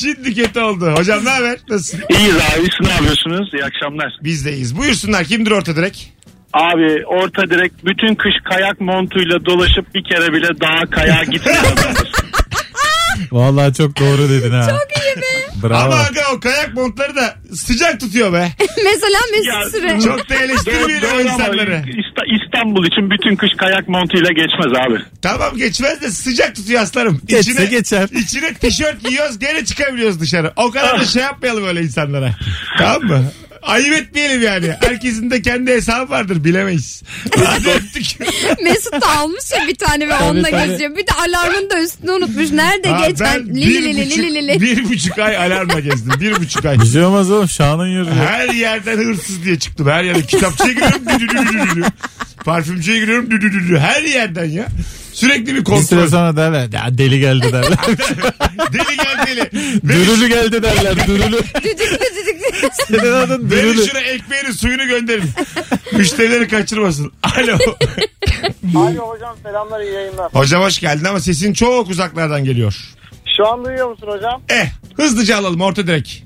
Şimdi kötü oldu. Hocam ne haber? Nasılsın?
İyiyiz abi siz ne yapıyorsunuz? İyi akşamlar.
Bizdeyiz. Buyursunlar. Kimdir orta direk?
Abi orta direkt bütün kış kayak montuyla dolaşıp bir kere bile dağa kayağa gitmiyorlar.
Vallahi çok doğru dedin ha.
Çok iyi be.
Bravo.
Ama aga o kayak montları da sıcak tutuyor be.
Mesela
Ya,
Mesut Süre.
Çok da eleştirmeyelim o
Doğru ama
insanları.
İsta- İstanbul için bütün kış kayak montuyla geçmez abi.
Tamam geçmez de sıcak tutuyor aslarım.
Geçse geçer.
İçine tişört giyiyoruz gene çıkabiliyoruz dışarı. O kadar da şey yapmayalım öyle insanlara. Tamam mı? Ayıp etmeyelim yani. Herkesin de kendi hesabı vardır bilemeyiz. Hadi [LAUGHS]
[LAUGHS]
öptük.
Mesut da almış ya bir tane ve onunla geziyor. Bir de alarmını da üstüne unutmuş. Nerede
Ha,
geçen?
ben
Lili
bir
lili
buçuk,
lili lili.
bir buçuk ay alarmla gezdim. Bir buçuk ay.
Bir şey olmaz oğlum Şahan'ın yürüyor.
Her yerden hırsız diye çıktım. Her yerden kitapçıya giriyorum. dü dü dü dü dü dü. Parfümcüye giriyorum. dü dü dü dü. Her yerden ya. Sürekli bir
Bir
kontrol.
süre sonra derler. Ya deli
[LAUGHS]
geldi derler.
deli gel
[LAUGHS]
deli. Beni,
dürülü geldi derler. Dürülü.
[LAUGHS]
Düdüklü düdüklü.
Senin adın
beni
dürülü.
şuna ekmeğini suyunu gönderin. [LAUGHS] Müşterileri kaçırmasın. Alo.
Alo hocam selamlar iyi yayınlar.
Hocam hoş geldin ama sesin çok uzaklardan geliyor.
Şu an duyuyor musun hocam?
Eh hızlıca alalım orta direk.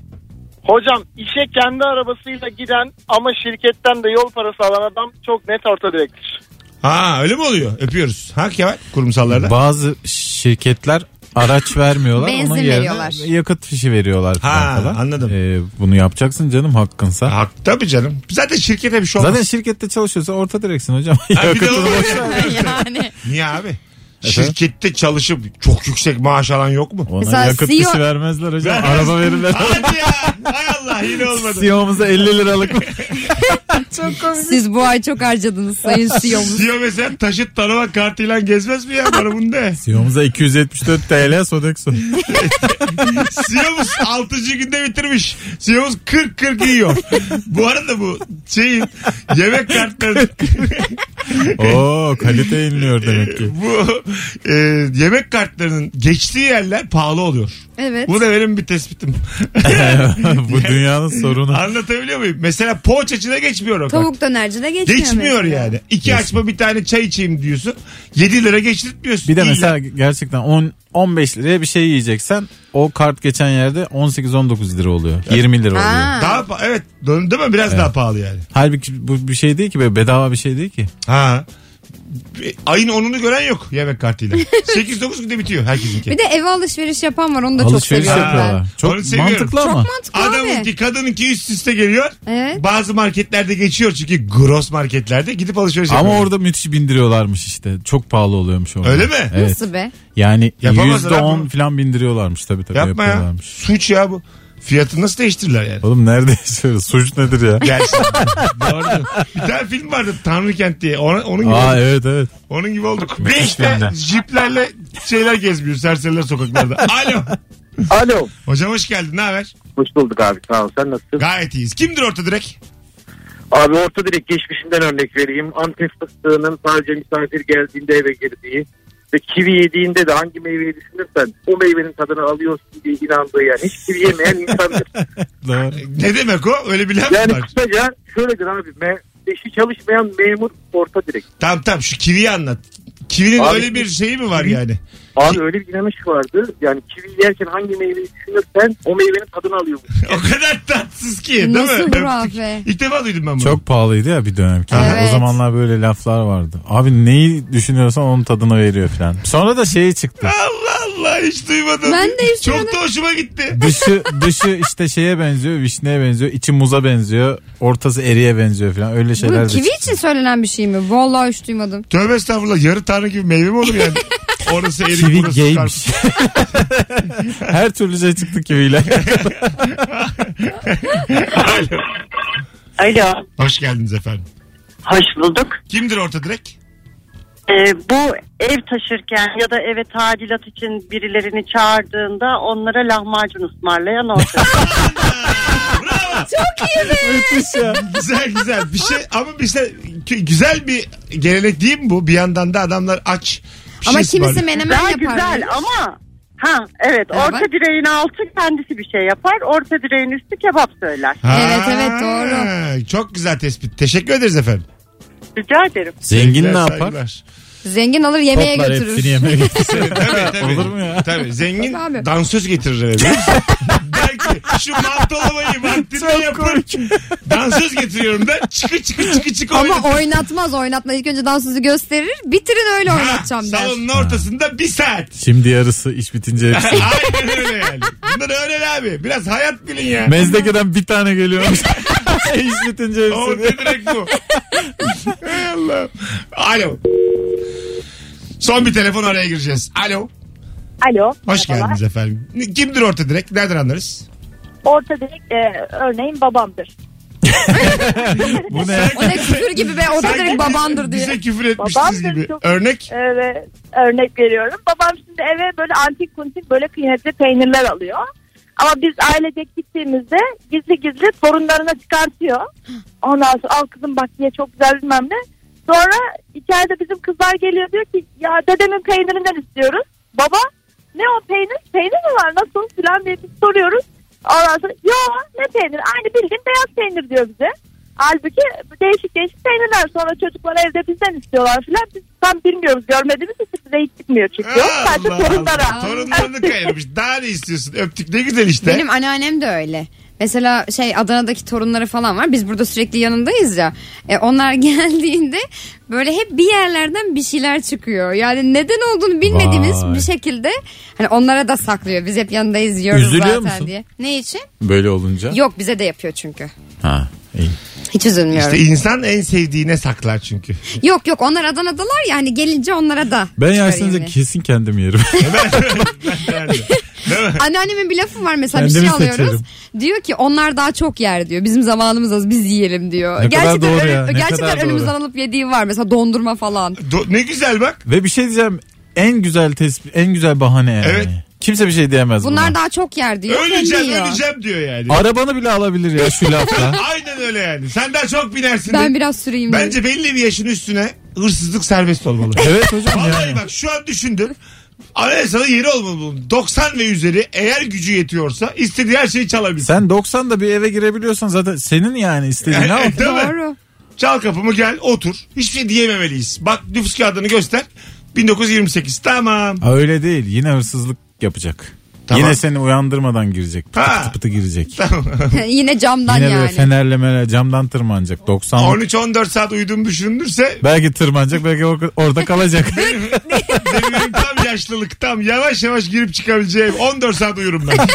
Hocam işe kendi arabasıyla giden ama şirketten de yol parası alan adam çok net orta direktir.
Ha öyle mi oluyor? Öpüyoruz. Ha Kemal kurumsallarda.
Bazı şirketler araç vermiyorlar.
Benzin
onun yerine
veriyorlar.
yakıt fişi veriyorlar falan
Ha,
falan.
anladım.
Ee, bunu yapacaksın canım hakkınsa.
Hak, tabii canım. Zaten şirkete bir şey olmaz.
Zaten şey şirkette çalışıyorsa orta direksin hocam.
Ha, bir de
Yakıtını
o-
boş-
yani.
Niye abi? Şirkette çalışıp çok yüksek maaş alan yok mu?
Ona
Mesela
yakıt
CEO
fişi vermezler hocam.
Vermez.
Araba verirler.
Hadi ya. Hay Allah yine
[LAUGHS]
olmadı.
CEO'muza 50 liralık
Siz bu ay çok harcadınız sayın E CEO'muz.
Diyor mesela taşıt tanıma kartıyla gezmez mi ya bana bunu de.
CEO'muza 274 TL Sodexo.
Siyomuz 6. günde bitirmiş. Siyomuz 40-40 yiyor. Bu arada bu şeyin yemek kartları
Oo kalite inliyor
[LAUGHS]
demek ki. [LAUGHS]
bu e, yemek kartlarının geçtiği yerler pahalı oluyor.
Evet.
Bu da benim bir tespitim.
Bu dünyanın sorunu.
Anlatabiliyor muyum? Mesela poğaçacına geçmiyor o kart.
Tavuk dönerci de geçmiyor.
Geçmiyor
mesela.
yani. İki
Yes.
açma bir tane çay içeyim diyorsun. 7 lira geçirtmiyorsun.
Bir de
İlla-
mesela gerçekten 10 15 liraya bir şey yiyeceksen o kart geçen yerde 18-19 lira oluyor. 20 lira oluyor.
Ha.
daha pa- evet döndü mü biraz daha pahalı yani.
Halbuki bu bir şey değil ki böyle bedava bir şey değil ki.
Ha. ayın 10'unu gören yok yemek
[LAUGHS]
kartıyla. 8-9 günde bitiyor herkesinki.
Bir de eve alışveriş yapan var onu da çok
Alışveriş
seviyorum ben.
yapıyorlar. Çok Onu seviyorum. mantıklı ama.
Çok mantıklı abi.
Adamınki kadınınki üst üste geliyor.
Evet.
Bazı marketlerde geçiyor çünkü gross marketlerde gidip alışveriş
Ama
yapıyorlar.
orada müthiş bindiriyorlarmış işte. Çok pahalı oluyormuş orada.
Öyle mi?
Evet.
Nasıl be?
Yani
Yapamazlar abi
%10
bunu.
falan bindiriyorlarmış tabii tabii.
Yapma ya.
yapıyorlarmış.
Suç ya bu. Fiyatı nasıl değiştirirler
[LAUGHS]
yani?
Oğlum nerede yaşıyoruz? Suç nedir
[LAUGHS]
ya?
Gerçekten. Doğru. Bir tane film vardı Tanrı Kent diye. Ona- onun gibi.
Aa
olduk.
evet evet.
Onun gibi olduk.
Müthiş
işte
filmdi.
jiplerle şeyler gezmiyor. Serseriler sokaklarda.
[LAUGHS]
Alo.
Alo.
Hocam hoş geldin. Ne haber?
Hoş bulduk abi sağ ol sen nasılsın?
Gayet iyiyiz. Kimdir orta direk?
Abi orta direkt geçmişimden örnek vereyim. Antep fıstığının sadece misafir geldiğinde eve girdiği ve kivi yediğinde de hangi meyveyi düşünürsen o meyvenin tadını alıyorsun diye inandığı yani. Hiç kivi yemeyen insandır.
[LAUGHS]
Ne demek o? Öyle bir laf mı
yani
var.
kısaca şöyledir abi. Me eşi çalışmayan memur orta direkt.
Tamam tamam şu kiviyi anlat. Kivinin
Abi-
öyle bir şeyi mi var yani?
Abi öyle bir inanış vardı. Yani kivi yerken hangi meyveyi düşünürsen o meyvenin tadını alıyormuş.
[LAUGHS] o kadar tatsız ki değil mi?
Nasıl bu
Öptük.
abi?
İlk defa duydum ben bunu.
Çok pahalıydı ya bir dönem. ki.
Evet.
O zamanlar böyle laflar vardı. Abi neyi düşünüyorsan onun tadını veriyor falan. Sonra da şey çıktı.
Allah Allah hiç duymadım.
Ben de hiç
Çok
duymadım.
da hoşuma gitti.
Dışı dışı işte şeye benziyor, vişneye benziyor, içi muza benziyor, ortası eriye benziyor falan. Öyle şeyler.
Bu
de
kivi
çıktı.
için söylenen bir şey mi? Vallahi hiç duymadım.
Tövbe estağfurullah yarı tanrı gibi meyve mi olur
[LAUGHS]
yani? Orası erik
Kivi
burası
gaymiş. [LAUGHS] Her türlü şey çıktı
[LAUGHS]
kiviyle.
Alo.
Hoş geldiniz efendim.
Hoş bulduk.
Kimdir orta direk?
Ee, bu ev taşırken ya da eve tadilat için birilerini çağırdığında onlara lahmacun ısmarlayan oldu.
[LAUGHS] Çok iyi
güzel güzel bir şey ama bir şey güzel bir gelenek değil mi bu? Bir yandan da adamlar aç. Bir şey ısmarlıyor.
Güzel, Güzel ama ha evet
Ya
orta
bak.
direğin altı kendisi bir şey yapar. Orta direğin üstü kebap söyler.
Ha, Çok güzel tespit. Teşekkür ederiz efendim.
Rica ederim.
Zengin ne
Sevgiler,
yapar?
saygılar.
Zengin alır yemeğe götürür.
tabii, tabii. Olur mu ya? Tabii. Zengin dansöz getirir eve. biliyor [LAUGHS] musun? Der ki şu mantolamayı vaktinde yapın. Dansöz getiriyorum ben. Çıkı çıkı çıkı çıkı
Ama
oynatın.
oynatmaz oynatmaz. İlk önce dansözü gösterir. Bitirin öyle
Ha,
oynatacağım der.
Salonun ortasında bir saat.
Şimdi yarısı iş bitince hepsi.
Aynen öyle yani. Bunları öğren abi. Biraz hayat bilin ya.
Mezdekeden bir tane geliyormuş. [LAUGHS] iş bitince hepsi.
O ne direkt bu? Hay Allah. Alo. Son bir telefon araya gireceğiz. Alo.
Alo.
Hoş
merhabalar.
geldiniz efendim. Kimdir orta direkt? Nereden anlarız?
Orta direkt e, örneğin babamdır.
Bu ne?
O ne küfür gibi be orta
Sanki
direkt babandır diye.
Bize küfür etmişsiniz gibi. Örnek?
Evet, örnek veriyorum. Babam şimdi eve böyle antik kuntik böyle kıymetli peynirler alıyor. Ama biz ailecek gittiğimizde gizli gizli torunlarına çıkartıyor. Ondan sonra al kızım bak diye çok güzel bilmem ne. Sonra içeride bizim kızlar geliyor diyor ki ya dedemin peynirinden istiyoruz. Baba ne o peynir? Peynir mi var nasıl filan diye biz soruyoruz. Ondan sonra yo ne peynir aynı bildiğin beyaz peynir diyor bize. Halbuki değişik değişik peynirler sonra çocuklar evde bizden istiyorlar filan. Biz tam bilmiyoruz görmediğimiz için bize hiç gitmiyor çünkü. Sadece torunlara. [LAUGHS]
Torunlarını kayırmış. Daha ne istiyorsun? Öptük ne güzel işte.
Benim anneannem de öyle. Mesela şey Adana'daki torunları falan var. Biz burada sürekli yanındayız ya. E, onlar [LAUGHS] geldiğinde böyle hep bir yerlerden bir şeyler çıkıyor. Yani neden olduğunu bilmediğimiz
Vay.
bir şekilde hani onlara da saklıyor. Biz hep yanındayız yiyoruz
Üzülüyor
zaten
musun?
diye. Ne için?
Böyle olunca.
Yok bize de yapıyor çünkü.
Ha. iyi.
Hiç üzülmüyorum.
İşte insan en sevdiğine saklar çünkü.
Yok yok onlar Adana'dalar ya hani gelince onlara da.
Ben
çıkarayım
yersenize
diye.
kesin kendim yerim.
Anneannemin bir lafı var mesela bir
Kendimi
şey alıyoruz.
seçerim.
Diyor ki onlar daha çok yer diyor. Bizim zamanımız az biz yiyelim diyor.
Ne kadar doğru
önü-
ya, ne
gerçekten
kadar doğru.
önümüzden alıp yediği var mesela dondurma falan.
ne güzel bak.
Ve bir şey diyeceğim. En güzel tespit, en güzel bahane yani. Kimse bir şey diyemez
Bunlar
buna.
daha çok yer diyor.
öleceğim
kendi yiyor.
öleceğim diyor yani.
Arabanı bile alabilir ya şu lafla.
Aynen öyle yani. Sen daha çok binersin.
Ben biraz süreyim. diyor.
Bence belli bir yaşın üstüne hırsızlık serbest
[LAUGHS]
olmalı.
Evet hocam
Vallahi
yani.
bak şu an düşündüm. Anayasada yeri olmalı bunun. 90 ve üzeri eğer gücü yetiyorsa istediği her şeyi çalabilir.
Sen 90'da bir eve girebiliyorsan zaten senin yani istediğin al.
Değil mi? Çal kapımı gel otur. Hiçbir şey diyememeliyiz. Bak nüfus kağıdını göster. 1928 tamam.
Ha, Öyle değil. Yine hırsızlık yapacak. Yine seni uyandırmadan girecek. Pıtı pıtı, pıtı girecek.
[LAUGHS] Yine camdan
Yine böyle
yani.
fenerlemele camdan tırmanacak. 90
13-14 saat uyuduğum düşünülürse
Belki tırmanacak belki or- orada kalacak.
benim tam yaşlılık tam yavaş yavaş girip çıkabileceğim 14 saat uyurum
[LAUGHS]
ben.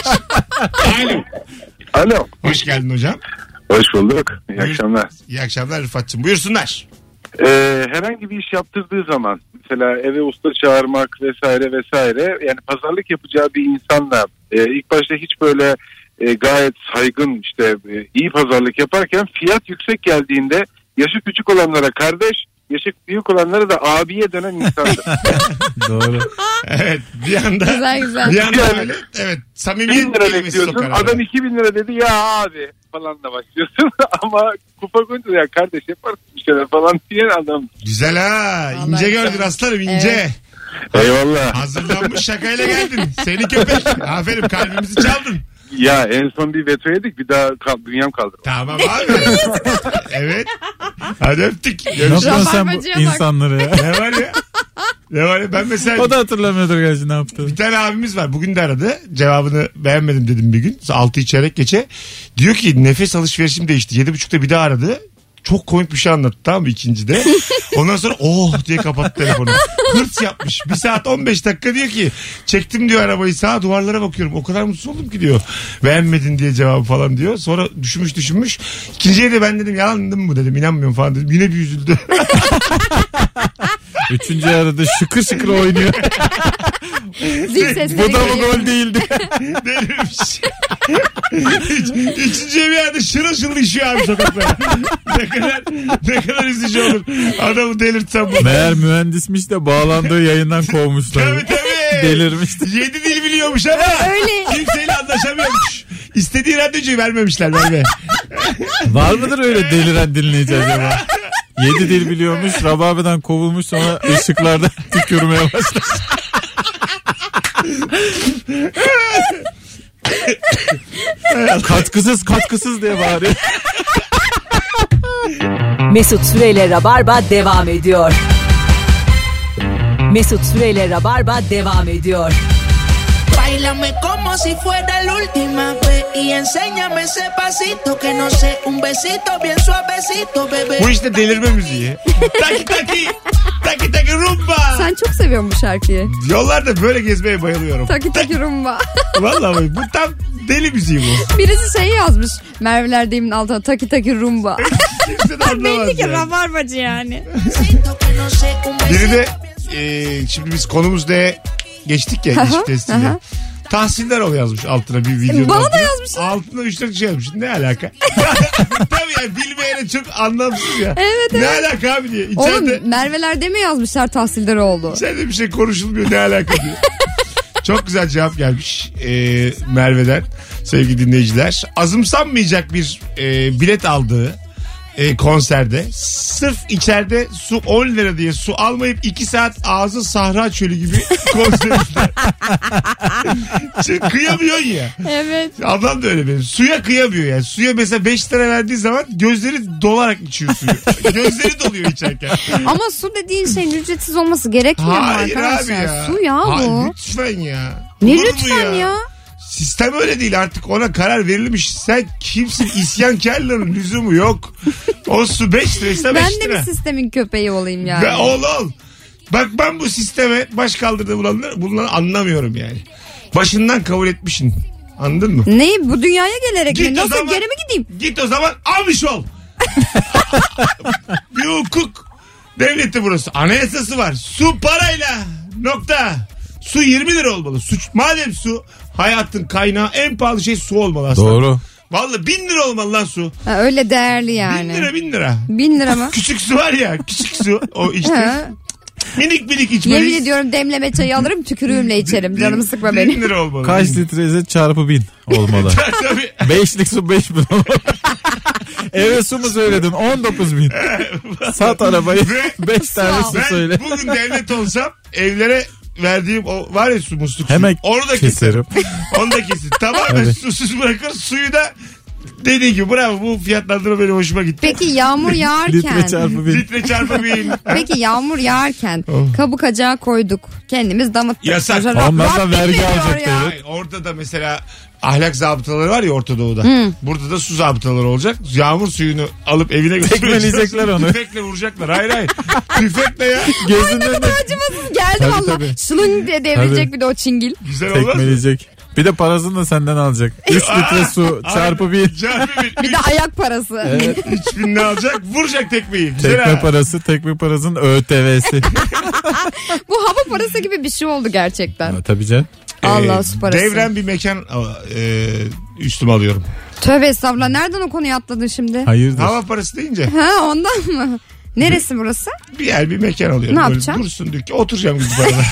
Alo.
Alo.
Hoş geldin hocam.
Hoş bulduk. İyi akşamlar.
İyi akşamlar Rıfat'cığım. Buyursunlar.
Ee, herhangi bir iş yaptırdığı zaman mesela eve usta çağırmak vesaire vesaire yani pazarlık yapacağı bir insanla e, ilk başta hiç böyle e, gayet saygın işte e, iyi pazarlık yaparken fiyat yüksek geldiğinde yaşı küçük olanlara kardeş yaşı büyük olanlara da abiye dönen insandır.
Doğru.
Evet bir anda.
Güzel, güzel.
Bir anda
Yani-
böyle, evet
Bin
samimiyet
lira
kelimesi
bekliyorsun
sokar arada.
adam 2000 lira dedi ya abi falan da başlıyorsun [LAUGHS] ama kupa koyunca ya kardeş yaparsın bir şeyler falan diyen adam.
Güzel ha. ince
güzel.
gördün aslanım ince.
Evet. Eyvallah.
Hazırlanmış şakayla geldin. Seni köpek. Aferin kalbimizi çaldın.
Ya en son bir veto yedik bir daha kal- dünyam kaldı.
Tamam abi. evet. Hadi öptük.
ne yapıyorsun sen bu
Rabarbacıya bak.
insanları ya?
Ne var ya? Ne var ya? Ben mesela
o da hatırlamıyordur gerçi ne yaptı.
bir tane abimiz var. Bugün de aradı. Cevabını beğenmedim dedim bir gün. Altı içerek geçe. Diyor ki nefes alışverişim değişti. Yedi buçukta bir daha aradı. Çok komik bir şey anlattı tamam mı ikincide. Ondan sonra oh diye kapattı telefonu. Hırs yapmış. Bir saat 15 dakika diyor ki çektim diyor arabayı sağa duvarlara bakıyorum. O kadar mutsuz oldum ki diyor. Beğenmedin diye cevabı falan diyor. Sonra düşünmüş düşünmüş. İkinciye de ben dedim yalandım mı dedim inanmıyorum falan dedim. Yine bir üzüldü.
Üçüncü arada şıkır şıkır oynuyor.
Zil sesleri
bu da mı
geliyor.
gol değildi?
Delirmiş. Üç, üçüncüye bir yerde şırıl şırıl işiyor abi sokaklar. ne kadar ne kadar üzücü olur. Adamı delirtsem bu.
Meğer mühendismiş de bağlandığı yayından kovmuşlar.
Tabii tabii.
Delirmiş.
Yedi dil biliyormuş ama
Öyle.
kimseyle anlaşamıyormuş. İstediği radyocuyu vermemişler verme.
Var mıdır öyle deliren dinleyici acaba? Yedi dil biliyormuş, rababeden kovulmuş sonra ışıklarda [LAUGHS] tükürmeye başlamış. katkısız katkısız diye bağırıyor.
Mesut Süreyle Rabarba devam ediyor. Mesut Süreyle Rabarba devam ediyor.
Bailame como si fuera la última vez y enséñame ese pasito que no sé, un besito bien suavecito, bebé.
Bu işte delirme müziği. Taki taki. Taki taki rumba.
Sen çok seviyorsun bu şarkıyı.
Yollarda böyle gezmeye bayılıyorum.
Taki taki rumba. [LAUGHS]
Vallahi bu tam deli müziği bu.
Birisi şey yazmış. Merve'lerdeyimin altına taki taki rumba.
Kimse de anlamaz
Belli ki
yani.
rabarbacı yani.
Biri de e, şimdi biz konumuz ne geçtik ya
Aha,
ilişki testiyle.
aha.
Tahsinler o yazmış altına bir videonun
Bana da
altına.
yazmışsın.
Altına üç dört şey yazmış. Ne
[LAUGHS]
alaka? Tabii ya bilmeyene çok anlamsız ya.
Evet,
ne
evet.
alaka abi diye. İçeride,
Oğlum Merve'lerde mi yazmışlar tahsildar oldu?
içeride bir şey konuşulmuyor ne alaka diye. Çok güzel cevap gelmiş e, Merve'den sevgili dinleyiciler. Azımsanmayacak bir e, bilet aldığı e, konserde sırf içeride su 10 lira diye su almayıp 2 saat ağzı sahra çölü gibi [LAUGHS] konserler. Çünkü kıyamıyorsun ya.
Evet.
Ablam da öyle benim. Suya kıyamıyor yani. Suya mesela 5 lira verdiği zaman gözleri dolarak içiyor suyu. gözleri doluyor içerken.
Ama su dediğin şeyin ücretsiz olması gerekmiyor mu
Hayır abi
arkadaşlar?
ya.
Su ya
Ay,
bu.
lütfen ya.
ne
Olur mu
lütfen ya?
Sistem öyle değil artık ona karar verilmiş. Sen
[LAUGHS]
kimsin isyankarların lüzumu yok. O su 5 liraysa 5
Ben
lira.
de bir sistemin köpeği olayım yani.
Ve ol ol. Bak ben bu sisteme baş kaldırdığı bulanları, bunları anlamıyorum yani. Başından kabul etmişsin. Anladın mı?
Ne bu dünyaya gelerek mi?
Git o
Nasıl
zaman.
geri mi gideyim?
Git o zaman almış ol. [LAUGHS] bir hukuk devleti burası. Anayasası var. Su parayla nokta. Su 20 lira olmalı. Suç, madem su hayatın kaynağı en pahalı şey su olmalı aslında.
Doğru.
Vallahi bin lira olmalı lan su.
Ha, öyle değerli yani.
Bin lira bin lira.
Bin lira mı?
Küçük su var ya küçük su o
[LAUGHS] Ha.
işte. minik minik içmeliyiz.
Yemin ediyorum demleme çayı alırım tükürüğümle içerim.
Bin-
Canımı sıkma beni.
Bin lira olmalı.
Kaç litreyse çarpı bin olmalı.
[LAUGHS] Tabii.
Beşlik su beş bin olmalı.
[LAUGHS]
Eve su mu söyledin? 19 bin. Sat arabayı. [LAUGHS] Beş tane su
Ben
söyle.
bugün devlet olsam evlere verdiğim o var ya su musluk.
Hemen
Onu da keserim. [LAUGHS]
keserim.
Onu da kesin. Tamamen
Evet.
susuz bırakır. Suyu da Dediği gibi bravo bu fiyatlandırma benim hoşuma gitti.
Peki
[LAUGHS]
yağmur yağarken.
Litre çarpı bin.
Peki yağmur yağarken kabuk acağı koyduk. Kendimiz damıttık.
Oh. Yasak.
Rab- Rabbim veriyor [LAUGHS] ya.
Hayır, Orada da mesela ahlak zabıtaları var ya Orta Doğu'da.
Hı.
Burada da su zabıtaları olacak. Yağmur suyunu alıp evine götüreceğiz.
Tekmeleyecekler onu.
Tüfekle vuracaklar. Hayır hayır. Tüfekle ya.
Gözünün
Ne kadar acımasız geldi
Tabii,
valla.
tabii.
Şunun diye devrilecek
Tabii.
bir de o çingil.
Güzel olmaz mı?
Tekmeleyecek. Bir de parasını da senden alacak. 3 litre su çarpı bir
Bir de ayak parası.
Evet.
Üç bin ne alacak? Vuracak tekmeyi. Güzel
tekme
ha.
parası, tekme parasının
[LAUGHS]
ÖTV'si.
[LAUGHS] Bu hava parası gibi bir şey oldu gerçekten.
Tabii canım.
Allah
Ee,
su parası.
Devrem bir mekan e, üstüme alıyorum.
Tövbe estağfurullah. Nereden o konuya atladın şimdi?
Hava parası deyince
Ha ondan mı? Neresi burası?
bir yer bir mekan alıyorum. Böyle
Ne yapacaksın?
Dursun dükkan oturacağım gibi
[LAUGHS]
parada.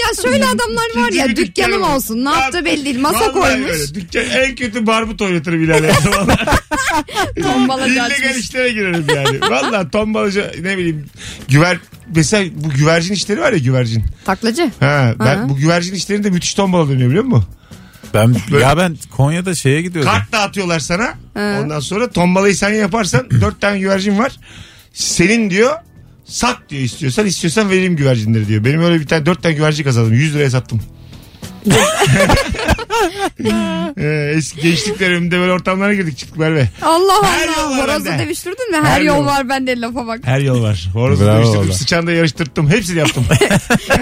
Ya şöyle adamlar var ya dükkanım olsun. Ne yaptı belli değil. Masa
Vallahi
koymuş.
öyle. Dükkan en kötü barbut oynatır
[LAUGHS]
Bilal'e.
Tombalacı
İllegal
açmış.
işlere girerim yani. Valla tombalacı ne bileyim güver mesela bu güvercin işleri var ya güvercin.
Taklacı.
Ha, ben
Aha.
bu güvercin işlerinde müthiş tombala dönüyor biliyor musun?
Ben ya ben Konya'da şeye gidiyordum.
Kart dağıtıyorlar sana.
Ha.
Ondan sonra tombalayı sen
[CLEARS THROAT]
yaparsan dört tane güvercin var. Senin diyor sat diyor istiyorsan istiyorsan vereyim güvercinleri diyor. Benim öyle bir tane dört tane güvercin kazandım. 100 liraya
[LAUGHS]
sattım. Ee, eski gençlik döneminde böyle ortamlara girdik çıktık Merve.
Allah
Her yol
Allah.
var
Horozla
bende.
dövüştürdün mü? Her,
Her
yol,
yol.
var bende lafa bak.
Her yol var. Horozu
Bravo
dövüştürdüm,
valla.
sıçanda yarıştırttım. Hepsini
[LAUGHS]
yaptım.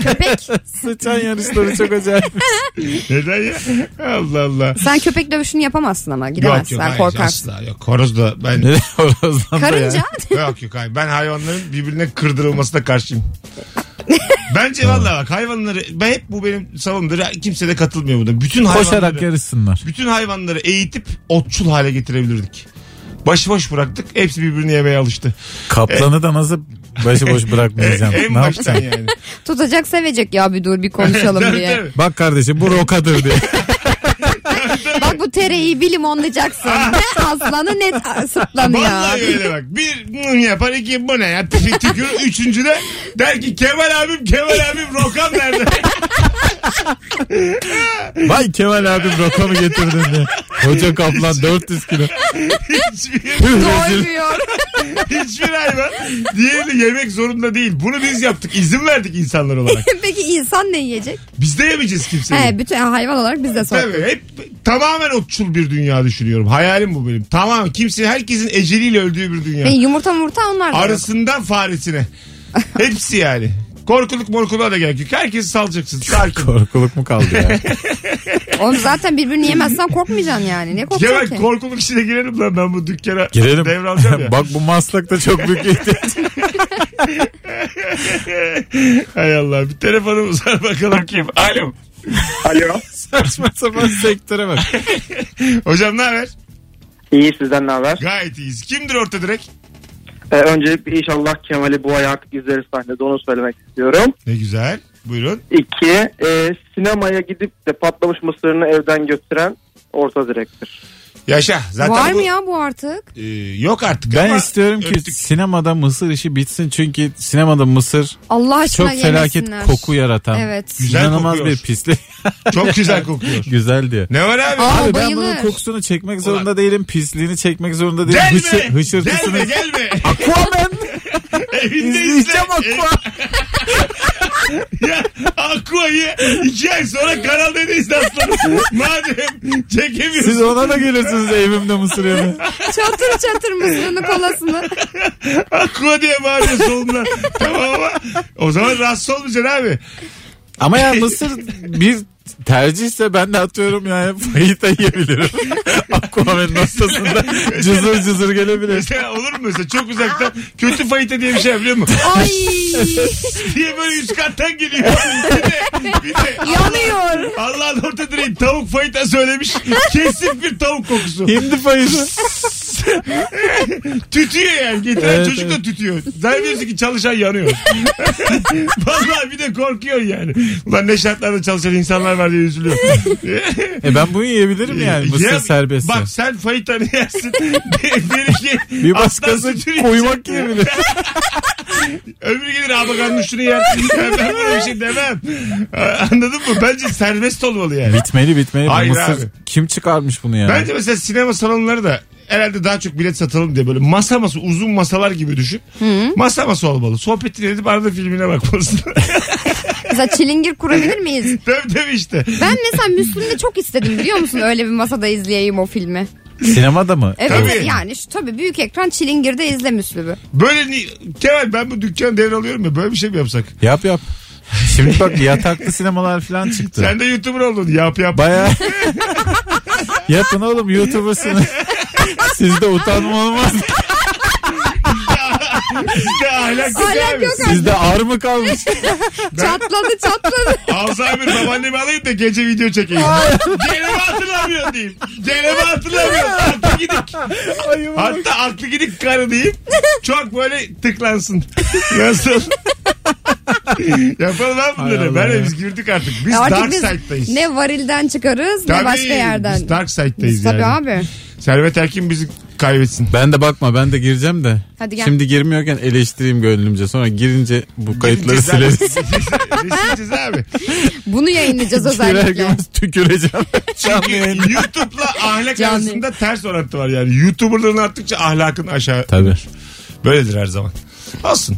Köpek.
Sıçan yarışları çok acayip.
[LAUGHS] Neden ya? Allah Allah.
Sen köpek dövüşünü yapamazsın ama
Yok
gidemezsin.
yok hayır,
korkarsın.
asla yok. Horoz da ben...
Horozdan da
Karınca. [LAUGHS]
ya.
yok yok hayır. Ben hayvanların birbirine kırdırılmasına karşıyım. Bence valla bak hayvanları ben hep bu benim savunumdur. Kimse de katılmıyor buna. Bütün hayvanları,
Koşarak yarışsınlar.
bütün hayvanları eğitip otçul hale getirebilirdik. Başıboş bıraktık. Hepsi birbirini yemeye alıştı.
Kaplanı da nasıl
[LAUGHS]
başıboş bırakmayacaksın?
E- en
ne
baştan
yapacaksın?
yani.
Tutacak sevecek ya bir dur bir
[LAUGHS]
konuşalım
Tabii,
diye.
tabii.
Bak kardeşim bu
[LAUGHS]
rokadır diye.
Bak bu tereyi
[LAUGHS]
bilim onlayacaksın. ne aslanı ne sırtlanı ya.
Vallahi öyle bak. Bir mum yapar iki bu ne ya tipi tükürür. Üçüncü de der ki Kemal abim Kemal abim Rokan nerede? [LAUGHS]
Vay Kemal abim roka mı getirdin diye. Hoca kaplan 400 kilo.
Hiçbir,
Doymuyor.
hiçbir hayvan diğerini yemek zorunda değil. Bunu biz yaptık. izin verdik insanlar olarak.
[LAUGHS] Peki insan ne yiyecek?
Biz de yemeyeceğiz kimseyi.
He, bütün hayvan olarak biz de sor.
Tabii hep tamamen otçul bir dünya düşünüyorum. Hayalim bu benim. Tamam kimse herkesin eceliyle öldüğü bir dünya.
Ve yumurta murta onlar da yok.
Arısından faresine. Hepsi yani. Korkuluk morkuluğa da gerek yok. Herkesi salacaksın. Sakin.
Korkuluk mu kaldı
[LAUGHS]
ya?
Oğlum zaten birbirini yemezsen korkmayacaksın yani. Ne
Ya
korkacaksın
ben
ki?
korkuluk işine girerim lan ben bu dükkana.
Girelim.
Devralacağım ya.
[LAUGHS] Bak bu maslakta çok büyük ihtiyaç.
[LAUGHS] Hay Allah bir telefonumuz var bakalım kim. Alo.
Alo.
Saçma sapan sektöre bak.
Hocam ne haber?
İyi sizden ne haber?
Gayet iyiyiz. Kimdir orta direkt?
Ee, öncelikle inşallah Kemal'i bu ay artık izleriz sahnede onu söylemek istiyorum.
Ne güzel. Buyurun.
İki, e, sinemaya gidip de patlamış mısırını evden götüren orta direktir.
Yaşa. Zaten
Var
bu-
mı ya bu artık?
Ee, yok artık.
Ben
ama
istiyorum ki
öptük.
sinemada mısır işi bitsin çünkü sinemada mısır
Allah aşkına
çok felaket
yemesinler.
koku yaratan.
Evet.
Güzel
İnanılmaz
kokuyor.
bir pislik.
Çok güzel kokuyor.
[LAUGHS] Güzel diyor.
Ne var abi?
Aa,
Abi ben
bayılır.
bunun kokusunu çekmek zorunda değilim. Pisliğini çekmek zorunda değilim.
Gelme.
Hışı- hışırtısını.
Gelme
[LAUGHS]
gelme.
Aquaman.
Evinde izle. E,
İzleyeceğim Aqua.
Ya Aqua'yı iki ay sonra Kanal D'de izle
[LAUGHS]
aslanım. Madem çekemiyorsun.
Siz ona da gelirsiniz evimde mısır yeme.
Çatır çatır mısırını kolasını.
Aqua diye bağırıyor solundan. tamam ama o zaman rahatsız olmayacaksın abi.
Ama ya mısır bir tercihse ben de atıyorum yani fayita yiyebilirim. [LAUGHS] Aquaman'ın hastasında cızır cızır gelebilir.
Mesela olur mu mesela çok uzaktan kötü fayita diye bir şey biliyor musun?
Ay
[LAUGHS] diye böyle üst kattan geliyor. Bir de, bir de
yanıyor.
Allah'ın orta direği tavuk fayita söylemiş. Kesif bir tavuk kokusu.
Hindi fayita.
tütüyor yani. Getiren
Evet,
çocuk da tütüyor. Zannediyorsun ki çalışan yanıyor. [LAUGHS] Vallahi bir de korkuyor yani. Ulan ne şartlarda çalışan insanlar var diye üzülüyor.
E ben bunu yiyebilirim yani. Bu
Ye-
size serbest.
Bak sen fajitanı yersin. şey, Benimki
Bir başkası koymak yiyebilir.
Öbürü gelir abakanın şunu yer. ben böyle bir şey demem. Anladın mı? Bence serbest olmalı yani.
Bitmeli bitmeli. Bu
Hayır
mısır
abi.
kim çıkarmış bunu ya?
Bence mesela sinema salonları da herhalde daha çok bilet satalım diye böyle masa masa uzun masalar gibi düşün. Masa masa olmalı. Sohbetini edip arada filmine
[LAUGHS]
bakmalısın.
Mesela çilingir kurabilir miyiz?
tabii tabii işte.
Ben mesela Müslüm'de çok istedim biliyor musun? Öyle bir masada izleyeyim o filmi.
Sinemada mı?
Evet yani şu tabii büyük ekran çilingirde izle Müslüm'ü.
Böyle ni- Kemal ben bu dükkanı devralıyorum ya böyle bir şey mi yapsak?
Yap yap. Şimdi bak yataklı sinemalar falan çıktı.
Sen de YouTuber oldun yap yap. [LAUGHS]
Baya [LAUGHS] yapın oğlum YouTuber'sınız. Sizde utanma olmaz.
Bizde ahlak yok
Ahlak
abi.
yok
Sizde ar mı
[LAUGHS]
kalmış?
Çatladı çatladı.
Alzheimer babaannemi alayım da gece video çekeyim. Genemi hatırlamıyor diyeyim. Genemi hatırlamıyor. Aklı gidik. Hatta aklı gidik karı diyeyim. Çok böyle tıklansın. Nasıl? Yapalım lan bunları. Ben de biz girdik artık. Biz
Ya artık
Dark
biz
Side'dayız.
ne varilden çıkarız ne
Tabii,
başka yerden.
Biz Dark Side'dayız
Tabii
yani.
abi.
Servet Erkin bizi kaybetsin.
Ben de bakma ben de gireceğim de.
Hadi gel.
Şimdi girmiyorken eleştireyim gönlümce. Sonra girince bu kayıtları
Gireceğiz abi.
[LAUGHS]
sileriz.
Sileceğiz abi.
[LAUGHS]
Bunu yayınlayacağız
Girer
özellikle.
girmez
[LAUGHS]
tüküreceğim. Canlı yayında.
YouTube'la ahlak
Canlı.
arasında ters orantı var yani. YouTuber'ların arttıkça ahlakın aşağı.
Tabii.
Böyledir her zaman. Olsun.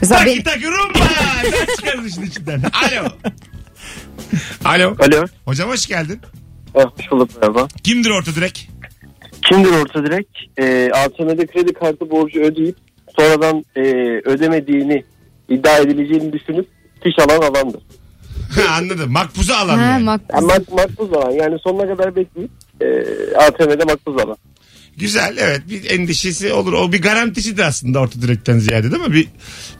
Mesela
taki
ben-
taki rumba. Sen çıkarız işin içinden. Alo. Alo.
Alo.
Hocam hoş geldin.
Ah, Hoş bulduk merhaba.
Kimdir orta direk?
Kimdir orta direkt? E, ATM'de kredi kartı borcu ödeyip sonradan e, ödemediğini iddia edileceğini düşünüp fiş alan adamdır.
Ha, Anladım. Makbuzu alan
Ha,
yani.
makbuz.
Yani mak, makbuz alan yani sonuna kadar bekleyip e, ATM'de makbuz alan.
Güzel evet bir endişesi olur. O bir garanticidir aslında orta direkten ziyade değil mi? Bir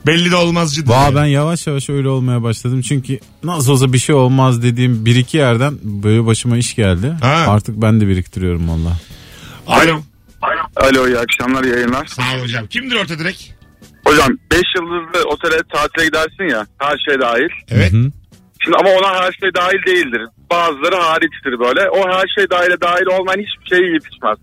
belli de olmazcıdır.
Valla
yani.
ben yavaş yavaş öyle olmaya başladım. Çünkü nasıl olsa bir şey olmaz dediğim bir iki yerden böyle başıma iş geldi.
Ha.
Artık ben de biriktiriyorum valla.
Alo.
Alo iyi akşamlar iyi yayınlar.
Sağ ol hocam. Kimdir orta direk?
Hocam 5 yıldızlı otele tatile gidersin ya her şey dahil.
Evet.
Hı hı.
Şimdi ama ona her şey dahil değildir. Bazıları hariçtir böyle. O her şey dahile dahil olmayan hiçbir şeyi yiyip içmez.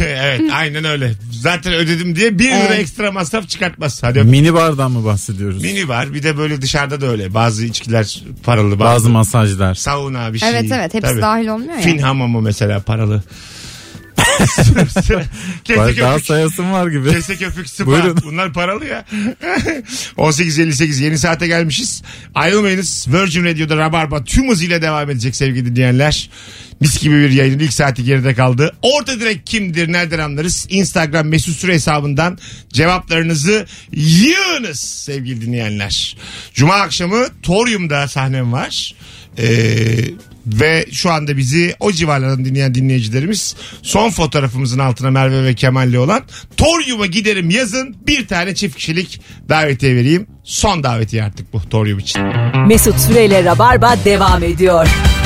[LAUGHS] evet aynen öyle. Zaten ödedim diye bir lira ekstra masraf çıkartmaz. Hadi öptüm.
Mini bardan mı bahsediyoruz?
Mini var bir de böyle dışarıda da öyle. Bazı içkiler paralı. Bazı,
Bazı masajlar.
sauna bir şey.
Evet evet hepsi
Tabii.
dahil olmuyor ya.
Fin hamamı mesela [LAUGHS] paralı.
Var,
kese
daha
köpük.
sayasım var gibi.
Kese köpük spa.
Buyurun.
Bunlar paralı ya. [LAUGHS] 18.58 yeni saate gelmişiz. Ayrılmayınız. Virgin Radio'da Rabarba tüm hızıyla devam edecek sevgili dinleyenler. Mis gibi bir yayının ilk saati geride kaldı. Orta direkt kimdir nereden anlarız? Instagram mesut süre hesabından cevaplarınızı yığınız sevgili dinleyenler. Cuma akşamı Torium'da sahnem var. Ee, ve şu anda bizi o civarlardan dinleyen dinleyicilerimiz son fotoğrafımızın altına Merve ve Kemal'le olan Torium'a giderim yazın bir tane çift kişilik davetiye vereyim. Son davetiye artık bu Torium için.
Mesut Süreyle Rabarba devam ediyor.